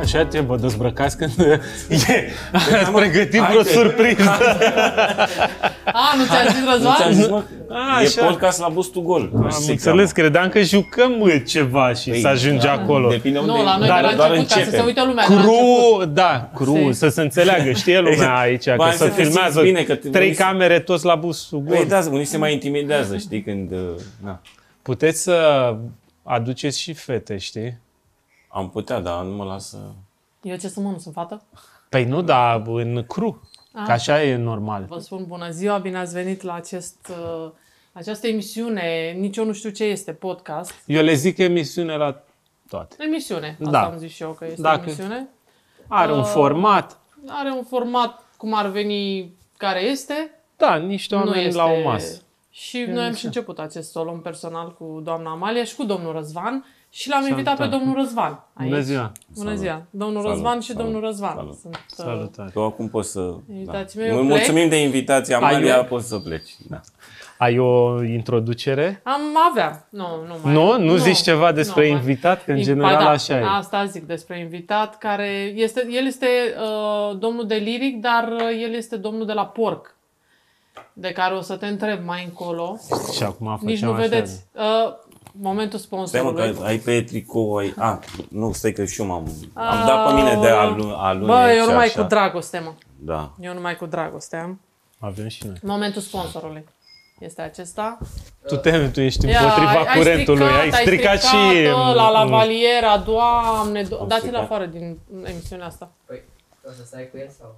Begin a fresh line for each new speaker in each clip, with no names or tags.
așa te vă dezbrăcați când e.
Ați pregătit vreo surpriză.
A, nu ți-a zis
Nu ți-am
Răzvan?
zis, mă,
A,
e
așa.
podcast la bustul gol.
Am înțeles, credeam că jucăm mă, ceva
Păi,
și să ajungi
da.
acolo.
Depinde unde
Nu, la noi
Dar
de la
doar
început, ca să
începem.
se uite lumea de la
Cru,
început.
da, cru,
Știi?
să se înțeleagă, știe lumea aici,
Bă,
că
hai
să
Exact. să te simți
filmează
bine, că te-
trei
voi-
camere toți la busul
Păi
gol.
da, unii se mai intimidează, știi, când... uh, Na.
Puteți să aduceți și fete, știi?
Am putea, dar nu mă lasă...
Eu ce sunt, mă, nu sunt fată?
Păi nu, dar în cru,
Ah.
că așa e normal.
Vă spun bună ziua, bine ați venit la acest, uh, această emisiune, nici eu nu știu ce este, podcast.
Eu le zic emisiune la toate.
Emisiune, asta
Da.
am zis și eu că este
Dacă-
emisiune.
Are
Oh.
un format,
Are un format cum ar veni care este.
da, niște
nu
oameni
este...
la o masă.
Și noi am și început acest solo în personal cu doamna Amalia și cu domnul Răzvan și l-am invitat pe
Salutare.
domnul Răzvan aici. Oh.
Bună ziua!
Bună ziua! Domnul
Salut,
Răzvan și
salut,
domnul Răzvan.
salut.
Sunt, uh,
Salutare!
Tu acum poți să...
Invitați-mă, eu
Mul-
plec.
Mulțumim de invitație, Amalia,
Ai-
poți să pleci. Da.
Ai o introducere?
Am avea. Nu, nu mai
Nu? Nu zici ceva despre
mai-
invitat? Că în
Ba
general
da,
așa e.
Asta zic despre invitat, care este, el este uh, domnul de liric, dar uh, el este domnul de la porc, de care o să te întreb mai încolo.
Și acum
Nici
facem
nu
așa.
vedeți. Uh, momentul
Stai mă,
sponsorului.
că ai pe tricou, ai... A, nu, stai că și eu m-am... Am
Aoleu.
dat pe mine de alu- alune
Ah. Uh, Bă, eu
și
numai
așa.
cu dragoste, mă.
Da.
Eu numai cu dragoste am.
Avem și noi.
Momentul sponsorului este acesta.
Tu te tu ești
Ia,
împotriva curentului, ai stricat, și...
bă, La lavaliera, doamne, do- dați-l
stricat.
afară din emisiunea asta.
Păi, o să stai cu el sau?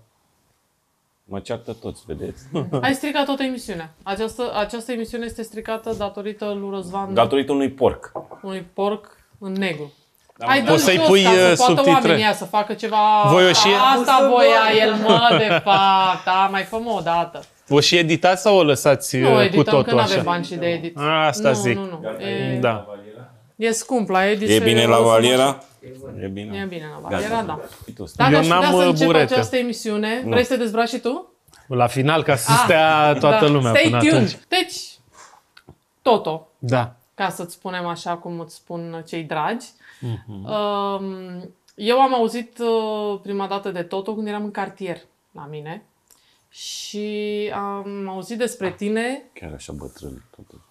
Mă ceartă toți, vedeți?
Ah.
Ai stricat toată emisiunea. Această, această emisiune este stricată datorită lui Răzvan,
Da.
Datorită unui porc.
unui porc în negru. Ai
Da, mă,
dat
poți să-i
jos
pui,
ca să
uh,
poată
subtitre.
oamenii ea să facă ceva...
Voi o și-
Asta voia el, mă, de fapt. A, mai fă-mă o dată.
O și editați sau o lăsați
Nu,
uh, cu
edităm, că
totul
nu
așa?
avem bani și de edit.
A, asta
nu,
zic.
Nu, nu, E,
Da.
e scump la edit.
E
să-
bine la valiera?
E bun.
E
E
bine.
bine la valiera, da.
Și tu stai.
Dacă
Eu
aș
n-am,
putea să
uh,
încep
burete.
această emisiune, vrei să te dezbraci și tu?
La final, ca să stea toată
Da.
lumea
Stay
până
tuned.
atunci.
Deci, Toto,
Da.
ca să-ți spunem așa cum îți spun cei dragi.
Mhm.
Um, Eu am auzit uh, prima dată de Toto când eram în cartier la mine și am auzit despre tine.
Chiar așa bătrân. totuși.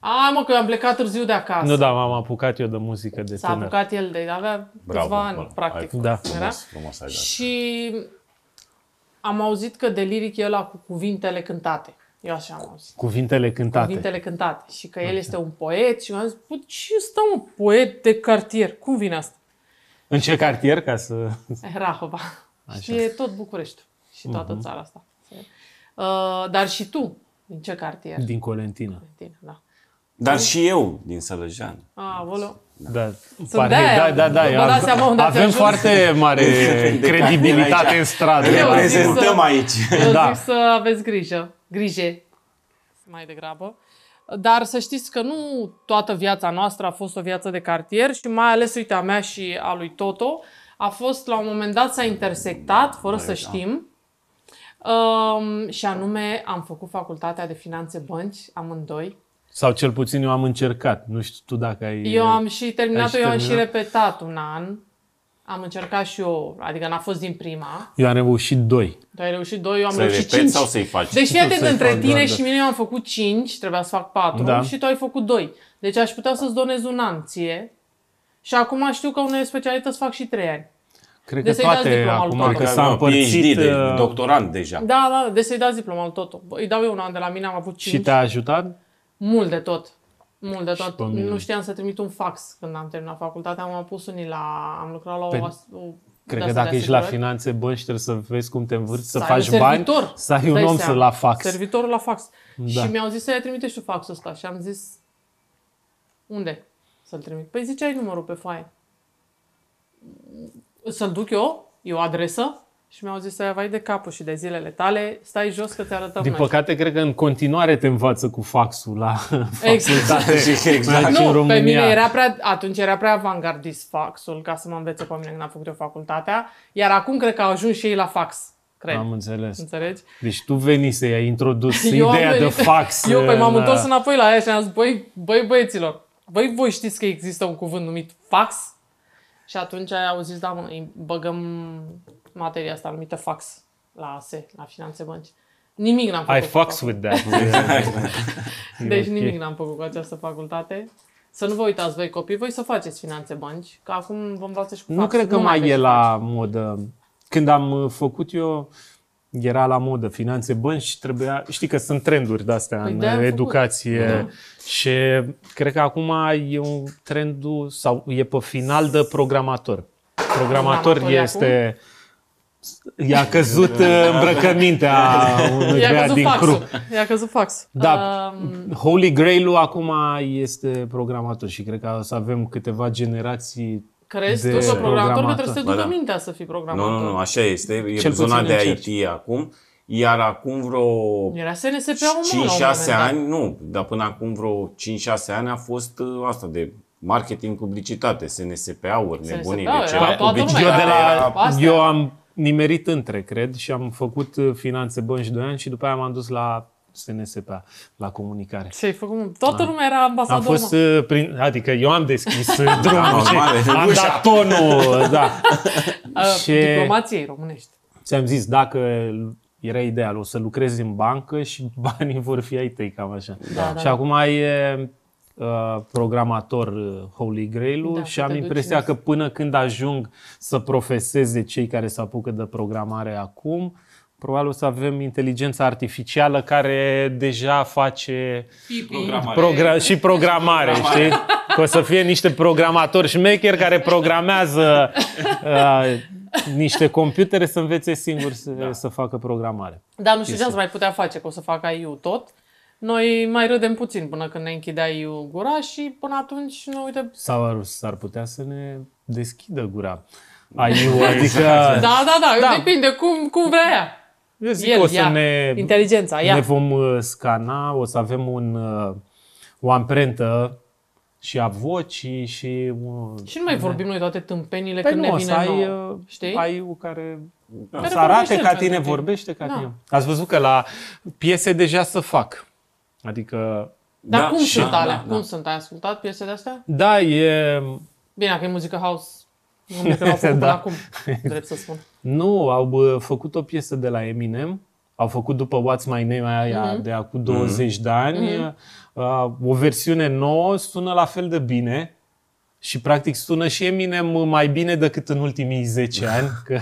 A, mă, că eu am plecat târziu de acasă.
Nu, da, m-am apucat eu de muzică de
S-a
tânăr.
apucat el de... avea
Bravo,
câțiva ani,
bravo.
practic.
Ai-
Da.
Era?
Frumos, frumos ai dat.
Și am auzit că de liric e ăla cu cuvintele cântate. Eu așa am auzit.
Cuvintele cântate.
Cuvintele cântate. Și că el este un poet și eu am zis, bă, ce stă un poet de cartier? Cum vine asta? Eh,
În ce cartier, ca să...
Rahova. Și e tot București și toată
Mhm.
țara asta. Uh, dar și tu, din ce cartier?
Din Colentina.
Tine, da.
Dar și eu din Sălăjean.
A, volo.
Da,
de-aia,
da, da, da.
vă
eu-
dați seama unde ați
avem
ajuns?
foarte mare credibilitate în stradă.
Eu am zis să-
Reprezentăm aici.
Da.
Eu da. zic să aveți grijă, grije, mai degrabă. Dar să știți că nu toată viața noastră a fost o viață de cartier și mai ales, uite, a mea și a lui Toto, a fost, la un moment dat, s-a intersectat, fără
da.
să știm, um, și anume am făcut facultatea de finanțe bănci, amândoi.
Sau cel puțin eu am încercat. Nu știu tu dacă ai...
Eu am și terminat-o,
Ai și
eu am și
terminat?
repetat un an. Am încercat și eu, adică n-a fost din prima.
Eu am reușit doi.
Tu ai reușit doi, eu am
Să
reușit
repet
cinci.
sau să-i faci?
Deci fii atent,
Să-i
între
fac,
tine
da, da.
și mine eu am făcut 5, trebuia să fac 4
Da.
și tu ai făcut 2. Deci aș putea să-ți donez un an ție. Și acum știu că unele specialități fac și 3 ani.
Cred
De
că
Deci să-i dați
toate,
diploma lui
acum
Toată.
că s-a
PhD
împărțit...
de
uh,
doctorant deja.
Da, da, deci să-i dați diploma lui Toto. Bă, îi dau eu un an de la mine, am avut 5.
Și te-a ajutat?
Mult de tot. Mult de tot.
pe mine.
Nu știam să trimit un fax când am terminat facultatea, am pus unii la... am lucrat la o...
Pe-
as- o
Păi, Cred
de-asta
că
de
dacă ești la
asigurări.
finanțe bănci, trebuie să vezi cum te învârți, să,
Să
faci
aibă
bani,
servitor.
să ai un
Dai
om să
seama.
la fax.
Servitorul la fax.
Da.
Și mi-au zis să-i trimite și tu faxul ăsta. Și am zis, unde să-l trimit? Păi ziceai numărul pe foaie. Să-l duc eu, e o adresă. Și mi-au zis să vai de capul și de zilele tale, stai jos că te arătăm
Din
noi.
păcate, cred că în continuare te învață cu faxul la
Exact.
facultate.
Exact.
Aici în
Nu, pe
România.
mine era prea, atunci era prea avangardist faxul ca să mă învețe pe mine când am făcut eu facultatea. Iar acum cred că au ajuns și ei la fax. Cred.
Am înțeles.
Înțelegi?
Deci tu venise, i-ai introdus
am
ideea de
venit-
fax. uh,
Eu pe m-am
la-
întors înapoi la ea și am zis, băi, băi băieților, băi voi știți că există un cuvânt numit fax? Și atunci au zis, da, mă, îi băgăm materia asta numită fax la ASE, la Finanțe Bănci. Nimic n-am făcut.
I
cu
fucks
asta.
with that.
Deci
Ok.
nimic n-am făcut cu această facultate. Să nu vă uitați voi copii, voi să faceți finanțe bănci, că acum vă învață și cu
nu
fax.
cred că mai
aveți
e
fax.
la modă. Când am uh, făcut eu, era la modă finanțe bănci și trebuia... Știi că sunt trenduri de-astea
Păi
în
de-aia am
uh,
făcut.
educație.
Da.
Și cred că acum e un trendul sau e pe final de programator. Programator
Programator e
este... I-a căzut uh, îmbrăcămintea unui
I-a
băiat
căzut
din
faxul.
grup.
I-a căzut fax.
Da.
Um,
Holy Grail-ul acum este programator și cred că o să avem câteva generații
crezi
de
tu că programator că
programator.
trebuie să te
Ba
ducă
da.
mintea să fii
Nu,
programator?
nu, nu, așa este. E
Cel
Cel zona
puțin
de
încerci.
IT acum. Iar acum vreo
Era SNSP-ul mult la un
5-6
moment dat.
ani, nu, dar până acum vreo 5-6 ani a fost uh, asta de marketing, publicitate, SNSPA-uri,
SNSPA-uri,
nebunii.
era
Deci era
toată lumea, Da,
Eu, Da, de
publicitate,
la,
era
Cu astea.
eu am nimerit între, cred, și am făcut uh, finanțe bănci 2 ani și după aia m-am dus la SNSPA, la comunicare.
Ce ai făcut?
Da.
Toată lumea era
Am
ambasador.
fost
mă.
uh, prin, adică eu am deschis uh, drumul și
Da, normal,
am
ușa.
dat tonul, da.
Uh,
și
Diplomației românești.
ți-am zis, dacă era ideal, o să lucrezi în bancă și banii vor fi ai tăi, cam așa.
Da, da.
și acum e uh, programator uh, Holy Grail-ul
Da,
și
să te
am
duci
impresia
în-
că până când ajung să profeseze cei care se apucă de programare acum, probabil o să avem inteligența artificială care deja face progra- și programare, știi? Că o să fie niște programatori șmecheri care programează uh, niște computere să învețe singuri să, da. să facă programare.
Dar nu știu ce ați mai putea face, că o să facă IU tot. Noi mai râdem puțin până când ne închidea IU gura și până atunci, nu uite...
Sau ar, s-ar putea să ne deschidă gura. Aiu, adică
Da, da, da,
Da.
depinde cum, cum vrea ea.
eu zic
El,
că o să
ea,
ne,
inteligența, ea.
ne vom uh, scana, o să avem un, uh, o amprentă și a vocii și... uh,
Și nu mai vorbim noi toate tâmpenile
Păi
când
nu,
ne
o
vine
să ai,
nouă,
uh,
știi?
ai u care
Care
să arate
vorbește
ca
pentru
tine,
tine.
vorbește ca
Da.
tine. Ați văzut că la piese deja să fac. Adică,
Dar
Da,
cum
și-
sunt
da,
alea?
da, da.
Cum sunt? Ai ascultat piesele astea?
da, e...
Bine, dacă e muzică house, nu cred că n-au
Da.
făcut până acum, drept să spun.
Nu, au bă, făcut o piesă de la Eminem. Au făcut după What's My Name aia
Mhm.
de acum 20 de ani. Uh, o versiune nouă sună la fel de bine. Și practic sună și Eminem mai bine decât în ultimii 10 ani. Că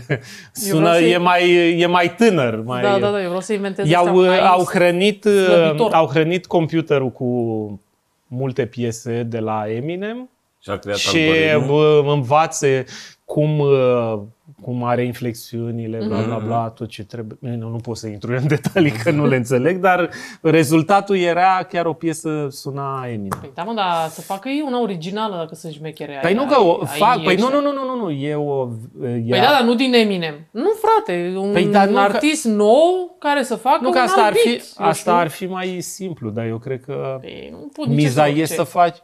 sună,
să-i-
e, mai, e mai tânăr. Mai,
Da, da, da, eu vreau să inventez
I-au, uh,
ăștia mai
au, hrănit, uh,
slăbitor.
au hrănit computerul cu multe piese de la Eminem
Și a creat
și uh,
algoritmul.
bă, învață cum, uh, cum are inflexiunile, bla, bla, bla, tot ce trebuie. Bine, Nu, nu pot să intru în detalii că nu le înțeleg, dar rezultatul era chiar o piesă suna Eminem.
Păi da, mă, dar să facă ei una originală dacă sunt șmechere.
Păi
ai-
nu că o
ai- ai
fac, păi nu,
ieșit.
nu, nu, nu, nu, nu, e o... E,
Păi da, dar nu din Eminem. Nu, frate, un,
Păi, dar nu
un
că-
artist nou care să facă
nu
un
că asta ar
alt
fi,
beat, eu știu.
asta ar fi mai simplu, dar eu cred că...
Păi, nu pot nici
Miza
orice.
e să faci...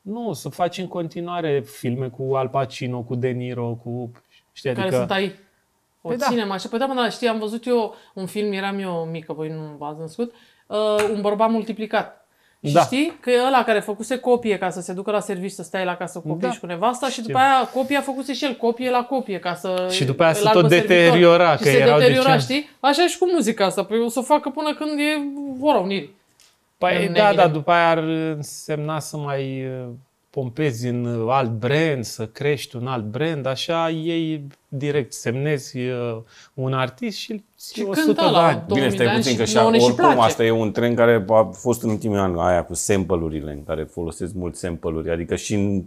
Nu, să faci în continuare filme cu Al Pacino, cu De Niro, cu... Știi,
Care
adică...
sunt ai. O
Păi
păi
da.
ținem așa. Păi da, mă, da, știi, am văzut eu un film, eram eu mică, voi nu v-ați născut, uh, un bărbat multiplicat. Și
Da.
știi că ăla care făcuse copie ca să se ducă la serviciu, să stai la casă cu copii
Da.
și cu nevasta și după aia copia făcuse și el copie la copie ca să
Și după aia
îl
se
aibă
tot
servitor.
deteriora,
și
că
se
erau de
deteriora,
ce?
știi? Așa e și cu muzica asta, păi o să o facă până când e ora unirii.
Păi
În
da,
Eminem.
dar după aia ar însemna să mai uh, pompezi în uh, alt brand, să crești un alt brand, așa iei direct, semnezi uh, un artist și îl ții
Și
100 de
cântă la
ani.
Bine,
două- 2000 de
stai
ani
puțin
și
că și
nouă ne și
oricum
place.
asta e un trend care a fost în ultimii ani aia cu sample-urile în care folosesc mult sample-uri, adică și în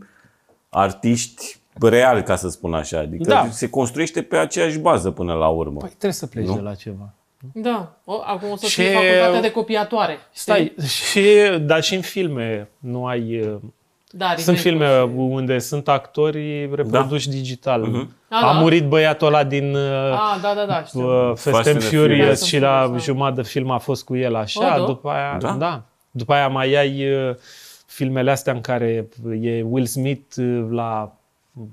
artiști reali, ca să spun așa, adică
Da.
se construiește pe aceeași bază până la urmă.
Păi trebuie să pleci
Nu?
de la ceva.
Da, o, acum o să fie
Și-
facultatea de copiatoare. știi?
Stai, și, dar și în filme nu ai... uh,
Da,
Sunt
remake-ul.
filme uh, unde sunt actori reproduși digital.
Ah,
A
da.
murit băiatul ăla din... uh,
Ah, da, da, da, știu.
Uh, Fast and Furious
Furious
și la
da.
jumătate de film a fost cu el așa,
Oh, da?
după aia, da?
Da?
După aia mai ai uh, filmele astea în care e Will Smith uh, la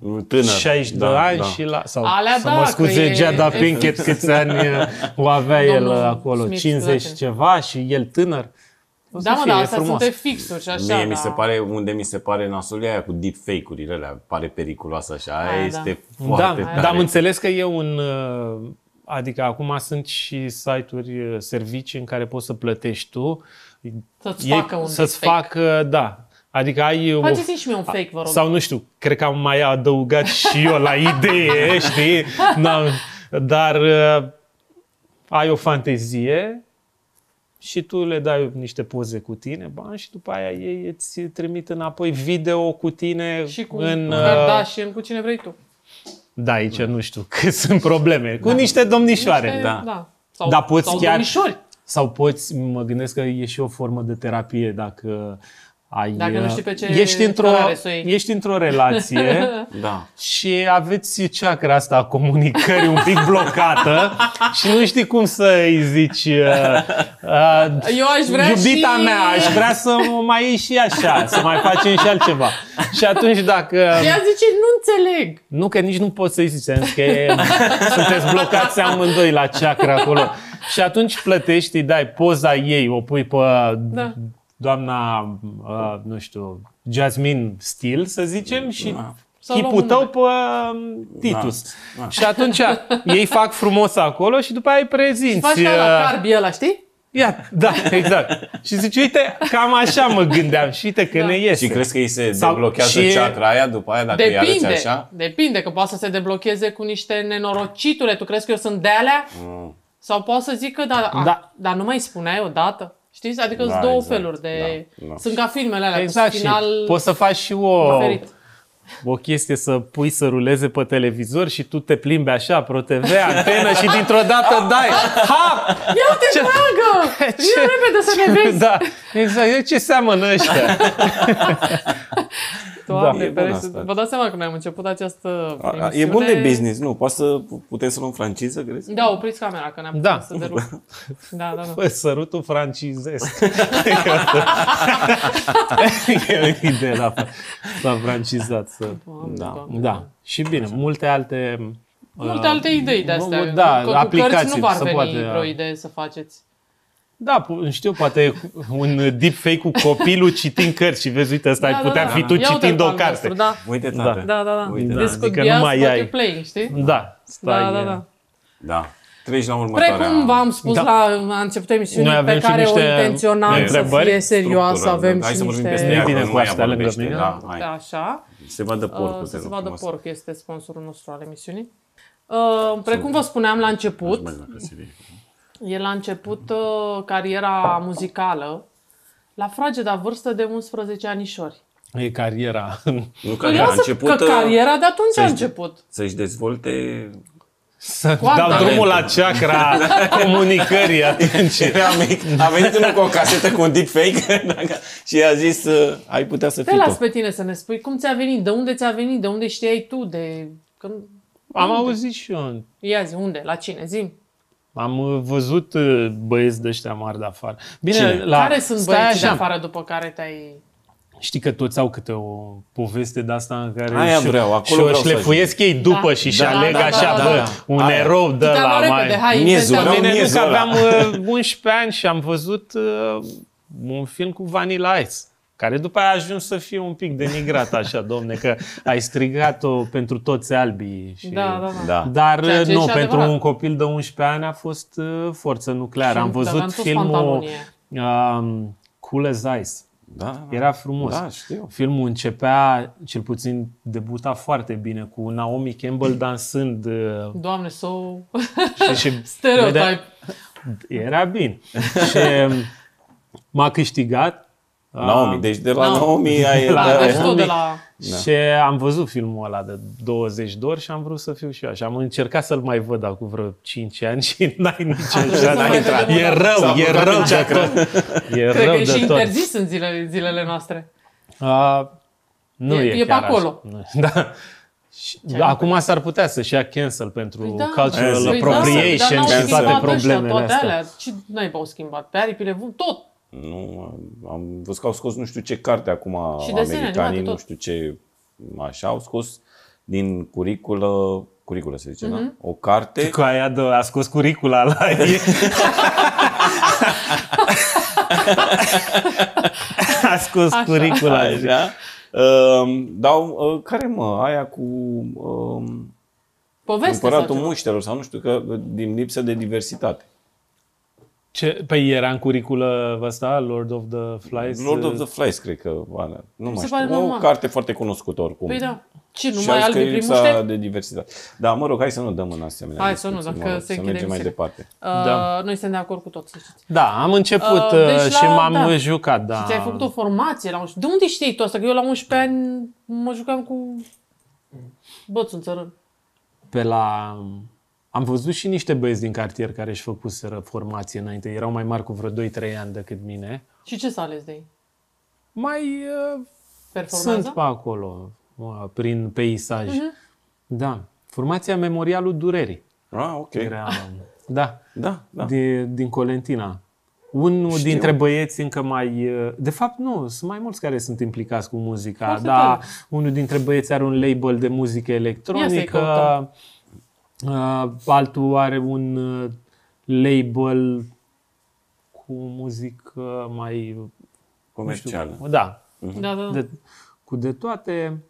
Păi,
Tânăr.
60 de
da,
ani
da.
și la sau
Alea
să
da,
mă
că
scuze
e-
Jada Pinkett câți ani uh, o avea el
Domnul
acolo,
Smith,
50
scuze-te.
ceva și el tânăr. O să
Da, mă,
fie,
da,
e
astea
frumos.
sunt fixuri și așa,
Mie
da.
mi se pare, unde mi se pare nasul e aia cu deepfake-urile alea, pare periculoasă așa, aia,
Aia, da.
este
Da,
foarte tare.
dar am înțeles că e un... uh, Adică acum sunt și site-uri, uh, servicii în care poți să plătești tu.
Să-ți
Ei-
facă un
Să-ți
fake.
facă, da. Adică ai... o-
Faceți-mi și mie un fake, vă rog.
Sau nu știu, cred că am mai adăugat și eu la idee, știi? N-am, dar uh, ai o fantezie și tu le dai niște poze cu tine, bani, și după aia ei îți trimit înapoi video cu tine
Și cu
în...
în,
uh,
Kardashian, cu cine vrei tu.
Da, aici nu știu că sunt probleme. Cu niște domnișoare.
Niște-
da.
da. Sau,
Dar poți
sau
chiar-
domnișori.
Sau poți, mă gândesc că e și o formă de terapie dacă ai... uh,
Dacă nu știi pe ce
ești într-o,
cărare să o iei.
ești într-o relație
Da.
și aveți chakra asta a comunicării un pic blocată și nu știi cum să îi zici uh, uh,
Eu aș vrea
iubita
și...
mea, aș vrea să o mai iei și așa, să mai facem și altceva. Și atunci dacă...
Ea zice, nu înțeleg.
Nu, că nici nu pot să-i zici, sens că e, sunteți blocați amândoi la chakra acolo. Și atunci plătești, îi dai poza ei, o pui pe da.
Da.
doamna, uh, nu știu, Jasmine Steele, să zicem, și da.
Sau
chipul
luăm
tău pe um, Titus. Da. Și atunci ei fac frumos acolo și după aia îi prezinți.
Faci ca
uh,
la carbi ăla, știi?
Ia, da, exact. Și zici, uite, cam așa mă gândeam și uite că
Da.
da. ne iese.
Și crezi că îi se
Sau-
deblochează
și-
chakra aia după aia dacă îi arăți
Depinde,
așa?
depinde, că poate să se deblocheze cu niște nenorocitule. Tu crezi că eu sunt de alea?
Mm.
Sau poate să zică, dar,
Da.
da. dar nu mai spuneai odată. Știți? Adică
Da,
sunt două
exact.
feluri de...
Da, da.
Sunt ca filmele alea,
Exact,
cu
și
final
poți să faci și o,
diferit.
o chestie să pui să ruleze pe televizor și tu te plimbi așa, pro TV, antenă și dintr-o dată dai. Ha!
Ia te
Ce-
dragă! Vino repede să ne vezi!
Da, exact. Eu ce seamănă ăștia?
Da, e
Doamne,
bun
da,
asta.
vă dați seama că noi am început această
A- a-
emisiune.
E bun de business, nu? Poate să putem să luăm franciză, crezi?
Da, opriți camera, că ne-am
Da.
da. să derulăm. Da, da, da.
Bă, sărutul francizesc. e o idee la, la francizat. Să...
Doamne,
Da.
Doamne.
Da. Și bine, multe alte...
Multe alte idei de astea.
Nu, da,
că cu
aplicații
cărți nu v-ar
se
veni
poate, da.
vreo idee să faceți.
Da, pu- știu, poate e un deepfake cu copilul citind cărți și vezi, uite, ăsta
da,
ai putea
da,
fi
da.
tu
Ia uite-l
citind o
pe al
carte.
nostru, Da,
Uite, tată.
da, da. da.
Uite,
Uite,
da.
Descod
Adică
bias,
nu mai
poate
ai.
playing, știi?
Da, stai,
Da, da, da.
Da. Treci la următoarea.
Precum v-am spus
Da.
la la
Noi
începutul emisiunii,
avem
pe
și
care o
niște
intenționam să
întrebări,
fie serioasă,
Structură.
avem
Hai
și
să vorbim peste
niște...
ea,
Vine
că
cu
nu mai
astea lângă
vorbește.
mine.
Da, hai.
Așa.
Se vadă porcul.
Uh,
te
să se
rog
vadă
frumos.
porc, este sponsorul nostru al emisiunii. Uh, Precum vă spuneam la început,
Mai dacă se vede.
el a început uh, cariera muzicală la frageda vârstă de 11 anișori.
E cariera.
Nu că a
Curioasă
început
că
uh,
cariera de atunci a
să-și-
început.
să-și dezvolte
Să
Cu
dau
altă
drumul la
talentul.
chakra comunicării atunci.
Era mic. A venit unul cu o casetă cu un deepfake dacă- și i-a zis uh, ai putea să
Te
fii
las
tu.
pe tine să ne spui cum ți-a venit, de unde ți-a venit, de unde știai tu, de... Când...
Am auzit și eu.
Ia zi, unde, la cine, zi.
Am uh, văzut uh, băieți de ăștia mari de afară. Bine,
Cine?
la...
Care sunt
stai
băieții de
așa.
afară după care te-ai...
Știi că toți au câte o poveste de asta în care
Aia
și-
vreau, acolo
și o
vreau să
șlefuiesc ei după
Da.
și și
Da,
aleg
da, da,
așa,
da,
bă,
da.
un
Aia.
erou de
Te-am
la
luat
mai...
repede, hai,
Miezul,
inventează.
vreau
Bine, nu că
miezul ăla.
aveam uh, 11 ani și am văzut uh, un film cu Vanilla Ice, care după aia a ajuns să fie un pic denigrat așa, domne, că ai strigat-o pentru toți albii. Și...
Da, da, da.
Da.
Dar uh,
Ceea ce e
nu,
și
pentru
adevărat.
un copil de 11 ani a fost uh, forță nucleară.
Și da,
Am
dar
văzut
am pus
filmul
pantaloni.
um, Cool as Ice.
Da.
Ah.
Era frumos.
Da, știu.
Filmul începea, cel puțin debuta foarte bine, cu Naomi Campbell dansând uh,
Doamne, so...
și, și
Stereotype.
era bine. Și um, m-a câștigat. um,
Naomi, deci de la
Naomi.
Naomi ai...
La-
Da,
da,
deci
da.
tot de la...
Da. Și am văzut filmul ăla de 20 de ori și am vrut să fiu și eu așa. Am încercat să-l mai văd acum vreo 5 ani și n-ai
trebuit
nicio
să
șansă.
mai vedem
E
o dată.
rău,
S-a
e
blocat
rău
în
de tot. E
Cred că
rău
e și
de tot.
interzis în zilele, zilele noastre.
Uh, nu e,
E- e pe
chiar
acolo.
Așa. Nu. Da. Și, acum s-ar putea să-și ia cancel pentru
Păi
da,
Păi
cultural
da,
păi
dar
appropriation
n-au
da,
n-au
și toate
schimbat
problemele
ăștia, toate
astea.
Alea. Ce n-ai au schimbat? Pe aripile, vun- tot.
Nu, am văzut că au scos nu știu ce carte acum
Și desene animate,
americanii, nu
tot.
știu ce așa, au scos din curiculă, curiculă se zice,
Mhm.
da? O carte
Cu aia de, a scos curicula la ei. A scos
Așa.
curicula.
Așa. Um, dau, uh, care mă, aia cu um,
Poveste sau
împăratul
ceva.
muștelor sau nu știu, că din lipsă de diversitate.
Ce, păi era în curiculă ăsta, Lord of the Flies?
Lord of the Flies, cred că, alea. nu mai
se
știu,
pare
o
normal.
carte foarte cunoscută oricum.
Păi da. Ce,
Și
numai
a zis că
albi
e
prin
lipsa
muște?
de diversitate. Da, mă rog, hai să nu dăm în asemenea.
Hai să nu,
discuții,
dacă
mă rog,
se
să
închide
mergem mai
emisiunea.
departe.
Uh,
Da.
Noi suntem de acord cu tot, să știți.
Da, am început
Uh, deci
uh, și
la-
m-am
da.
jucat, da.
Ți-ai făcut o formație la 11. De unde știi tu asta? Că eu la 11 ani mă jucam cu bățul în țărân.
Pe la... Am văzut și niște băieți din cartier care își făcuseră formație înainte. Erau mai mari cu vreo 2-3 ani decât mine.
Și ce s-a ales de ei?
Mai uh,
Performanța?
sunt pe acolo, uh, prin peisaj.
Mhm.
Da. Formația Memorialul Durerii.
Ah, ok.
Era, da.
Da, da.
din, din Colentina. Unul Știu. dintre băieți încă mai... uh, De fapt, nu, sunt mai mulți care sunt implicați cu muzica,
Foarte
dar
tare.
unul dintre băieți are un label de muzică electronică,
căutăm.
uh, altul are un uh, label cu muzică mai...
Comercială.
Da,
Da, da, da.
de, cu de toate.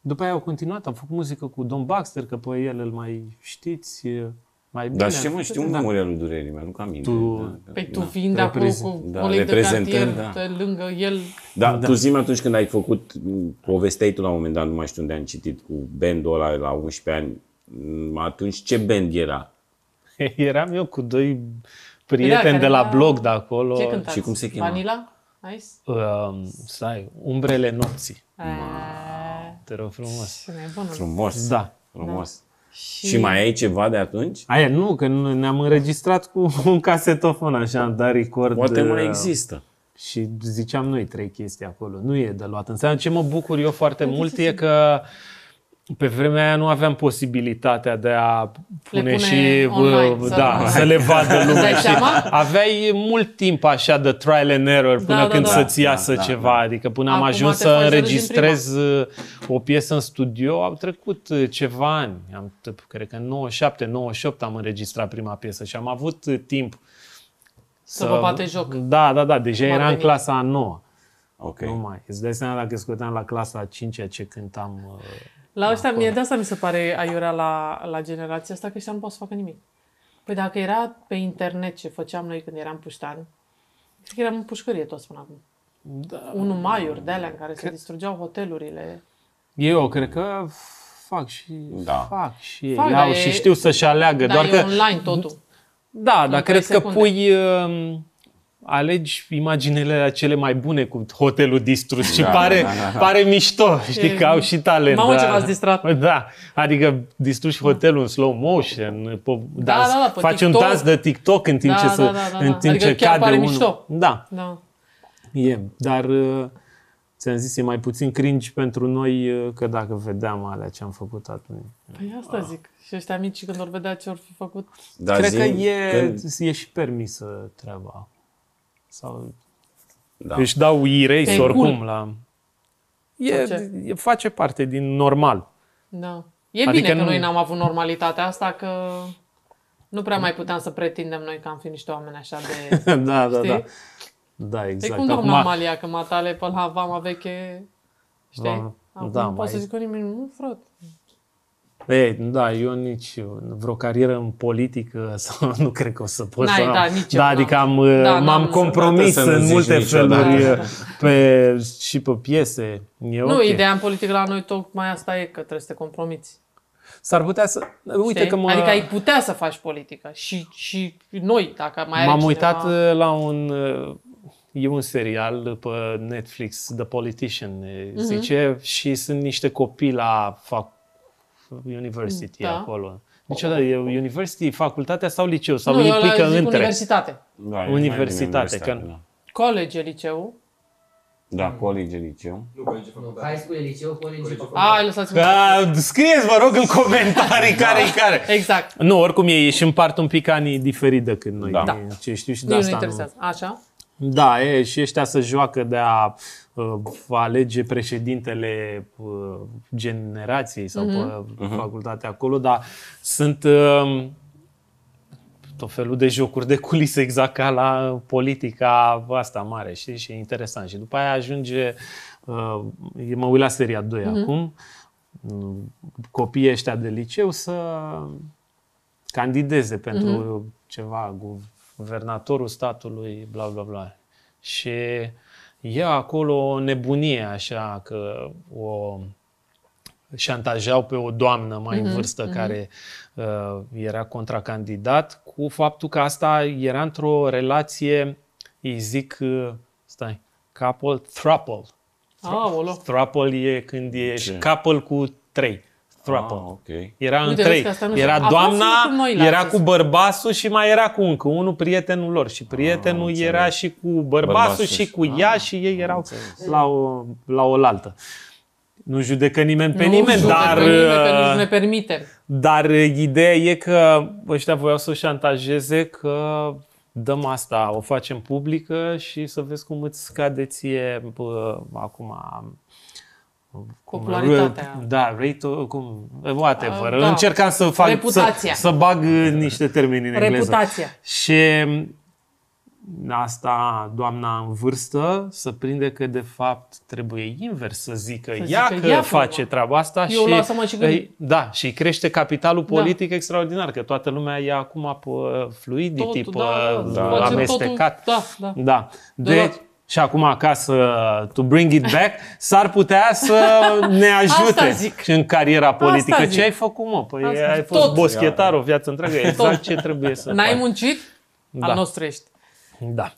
După aia au continuat, au făcut muzică cu Don Baxter, că pe el îl mai știți uh, mai bine. da.
Dar ce mă, știu unde mă lui durerii, mi-aduc aminte.
Tu-
Da, da,
Păi tu
da.
fiind acolo
Reprezent-
cu
da,
coleg de cartier,
reprezentând, da.
pe lângă el,
Da, tu zi atunci când ai făcut, m, povesteai tu la un moment dat, nu mai știu unde am citit, cu bandul ăla la 11 ani, m, atunci ce band era?
Eram eu cu doi
Păi da,
prieteni
care
de la
era-
blog de acolo.
ce cântați?
și cum se chema?
Vanilla? Nice?
Um, stai, umbrele nopții.
Wow.
Te rog frumos.
Eh, Ce nebunul.
Frumos.
Da.
Frumos. Și... mai ai ceva de atunci?
Aia nu, că nu- ne-am înregistrat cu un casetofon așa, am dat record.
Poate mai
uh,
există.
Și ziceam noi trei chestii acolo. Nu e de luat. Înseamnă ce mă bucur eu foarte
Păi,
mult e că pe vremea aia nu aveam posibilitatea de a pune,
pune
și
online,
bă,
să-
da, să le vadă
dai
lumea. și
seama?
aveai mult timp așa de trial and error până
da,
când
da.
să-ți
Da,
iasă
da,
ceva.
da.
Adică până am
Acum
ajuns
te faci
să
să râzi din
înregistrez uh, o piesă în studio, au trecut uh, ceva ani. Am, t- cred că în 97-98 am înregistrat prima piesă și am avut uh, timp
Să vă bate joc.
Da, da, da. Deja
ar
era în
veni.
clasa a noua.
Ok.
Nu mai. Îți dai seama dacă scoteam la clasa a 5 ce cântam... uh,
La ăștia, mie de asta mi se pare aiurea la, la generația asta, că ăștia nu pot să facă nimic. Păi dacă era pe internet ce făceam noi când eram puștani, cred că eram în pușcărie toți până acum. Da. Unul maiuri de alea în care se distrugeau hotelurile.
Eu cred că fac și...
Da.
Fac și ei.
Fac,
Au,
dar
și
e-
știu să-și aleagă.
Dar
doar
Da, e
că...
online totul.
Da, dar
trei
cred că
secunde.
pui... uh, alegi imaginele alea cele mai bune cu hotelul distrus și
Da,
pare,
da, da, da.
pare mișto, știi
E-
că au și talent.
Mamă,
da.
ce v-ați distrat.
Da, adică distrugi hotelul în slow motion, po-
Da,
dans,
da, da, pe
faci un
TikTok.
dans de TikTok în timp
Da,
ce,
da,
se,
da, da, da.
În timp
Adică
ce
chiar
cade
pare
unul.
mișto.
Da,
Da.
E, dar uh, ți-am zis, e mai puțin cringe pentru noi uh, că dacă vedeam alea ce am făcut atunci.
Păi asta
Ah.
zic. Și ăștia mici când vor vedea ce or fi făcut.
Dar
Cred că
zi-mi
e,
Când...
e și permisă treaba. Sau
Da.
Își dau erase
Pe
oricum
cool.
la...
Face.
E, e, face parte din normal.
Da. E
Adică
bine că
nu-
noi n-am avut normalitatea asta, că nu prea mai puteam să pretindem noi că am fi niște oameni așa de...
da, da,
Știi?
da. Da,
Exact.
exact.
E cum doamna
Acum-
Amalia, că matale pe la vama veche, știi?
Vama-
Acum
da,
nu
mai-
pot să zic cu nimeni, nu, frate.
Ei, da, eu nici vreo carieră în politică sau nu cred că o să pot
N-ai,
să am.
da, nici eu
da,
n-am.
adică am,
Da,
m-am
n-am.
compromis
Să nu
în
zici
multe
niciodată.
feluri
Da.
pe, și pe piese. E
Nu,
ok.
ideea în politică la noi tocmai asta e, că trebuie să te compromiți.
S-ar putea să... Uite
știi?
că mă,
Adică ai putea să faci politică și, și noi, dacă mai are
m-am
cineva...
uitat uh, la un... uh, E un serial pe Netflix, The Politician, uh,
Mhm.
zice, și sunt niște copii la fac, university
Da.
acolo. Niciodată, e university, facultatea sau liceu, sau
nu,
îi
eu la
pică
zic
între.
universitate.
Da, e
Universitate,
mai bine
că-
universitate,
Colege, liceu.
Da, da colegi liceu.
Nu, high school, liceu, colegi,
A, ai lăsați
Da, scrieți, vă rog, în comentarii care care.
Exact.
Nu, oricum ei își împart un pic anii diferit decât noi.
Da.
Ce știu și de
Da, nu
asta
interesează. Așa?
Da, e, și ăștia se joacă de a uh, alege președintele uh, generației sau pe facultate acolo, dar sunt uh, um, tot felul de jocuri de culise, exact ca la politica asta mare, știi? Și e interesant. Și după aia ajunge, uh, eu mă uit la seria 2 mm-hmm. acum, mm, copiii ăștia de liceu să candideze pentru mm-hmm. ceva, guvernatorul statului, bla bla bla. Și ea acolo o nebunie așa că o șantajau pe o doamnă mai în vârstă mm-hmm. care uh, era contracandidat cu faptul că asta era într-o relație, îi zic, uh, stai, couple throuple.
Aolo.
Throuple e când ești Ce? couple cu trei. Throuple.
Ah, ok.
Era în
Uite,
trei.
vezi că asta nu
Era
știu. A
doamna,
fost și cu noi la
era
acest.
cu bărbasul și mai era cu încă unul prietenul lor. Și prietenul
înțeles.
era și cu bărbasul,
Bărbatul
și
și- Ah,
cu ea și ei erau la, o, la oaltă. Nu judecă nimeni pe
Nu
nimeni,
judecă
dar...
pe nimeni, că
uh,
nu ne permite.
dar uh, ideea e că ăștia voiau să o șantajeze că dăm asta, o facem publică și să vezi cum îți scade ție bă, acum cum-
Popularitatea.
Da, rate cum, whatever.
Ah, da.
Încercam să fac, să,
Reputația.
să bag uh, niște termeni în engleză.
Reputația.
Și asta doamna în vârstă să prinde că de fapt trebuie invers să zică
Să
ea
zică,
că
ia
face
cumva.
treaba asta
Eu
și,
lasă-mă și Da. gândi.
Ei, da, și crește capitalul politic extraordinar, că toată lumea e acum pe fluidity,
Totul,
pe
da, da,
da.
amestecat.
Totul, da, da.
da.
De
Deci,
luat.
și acum acasă, to bring it back, s-ar putea să ne ajute
Asta zic.
și în cariera politică.
Asta zic.
ce ai făcut, mă? Păi
Asta
ai
zic.
fost
Tot.
boschetar o viață întreagă, exact ce trebuie să
N-ai
faci.
muncit?
Da.
Al nostru ești.
Da.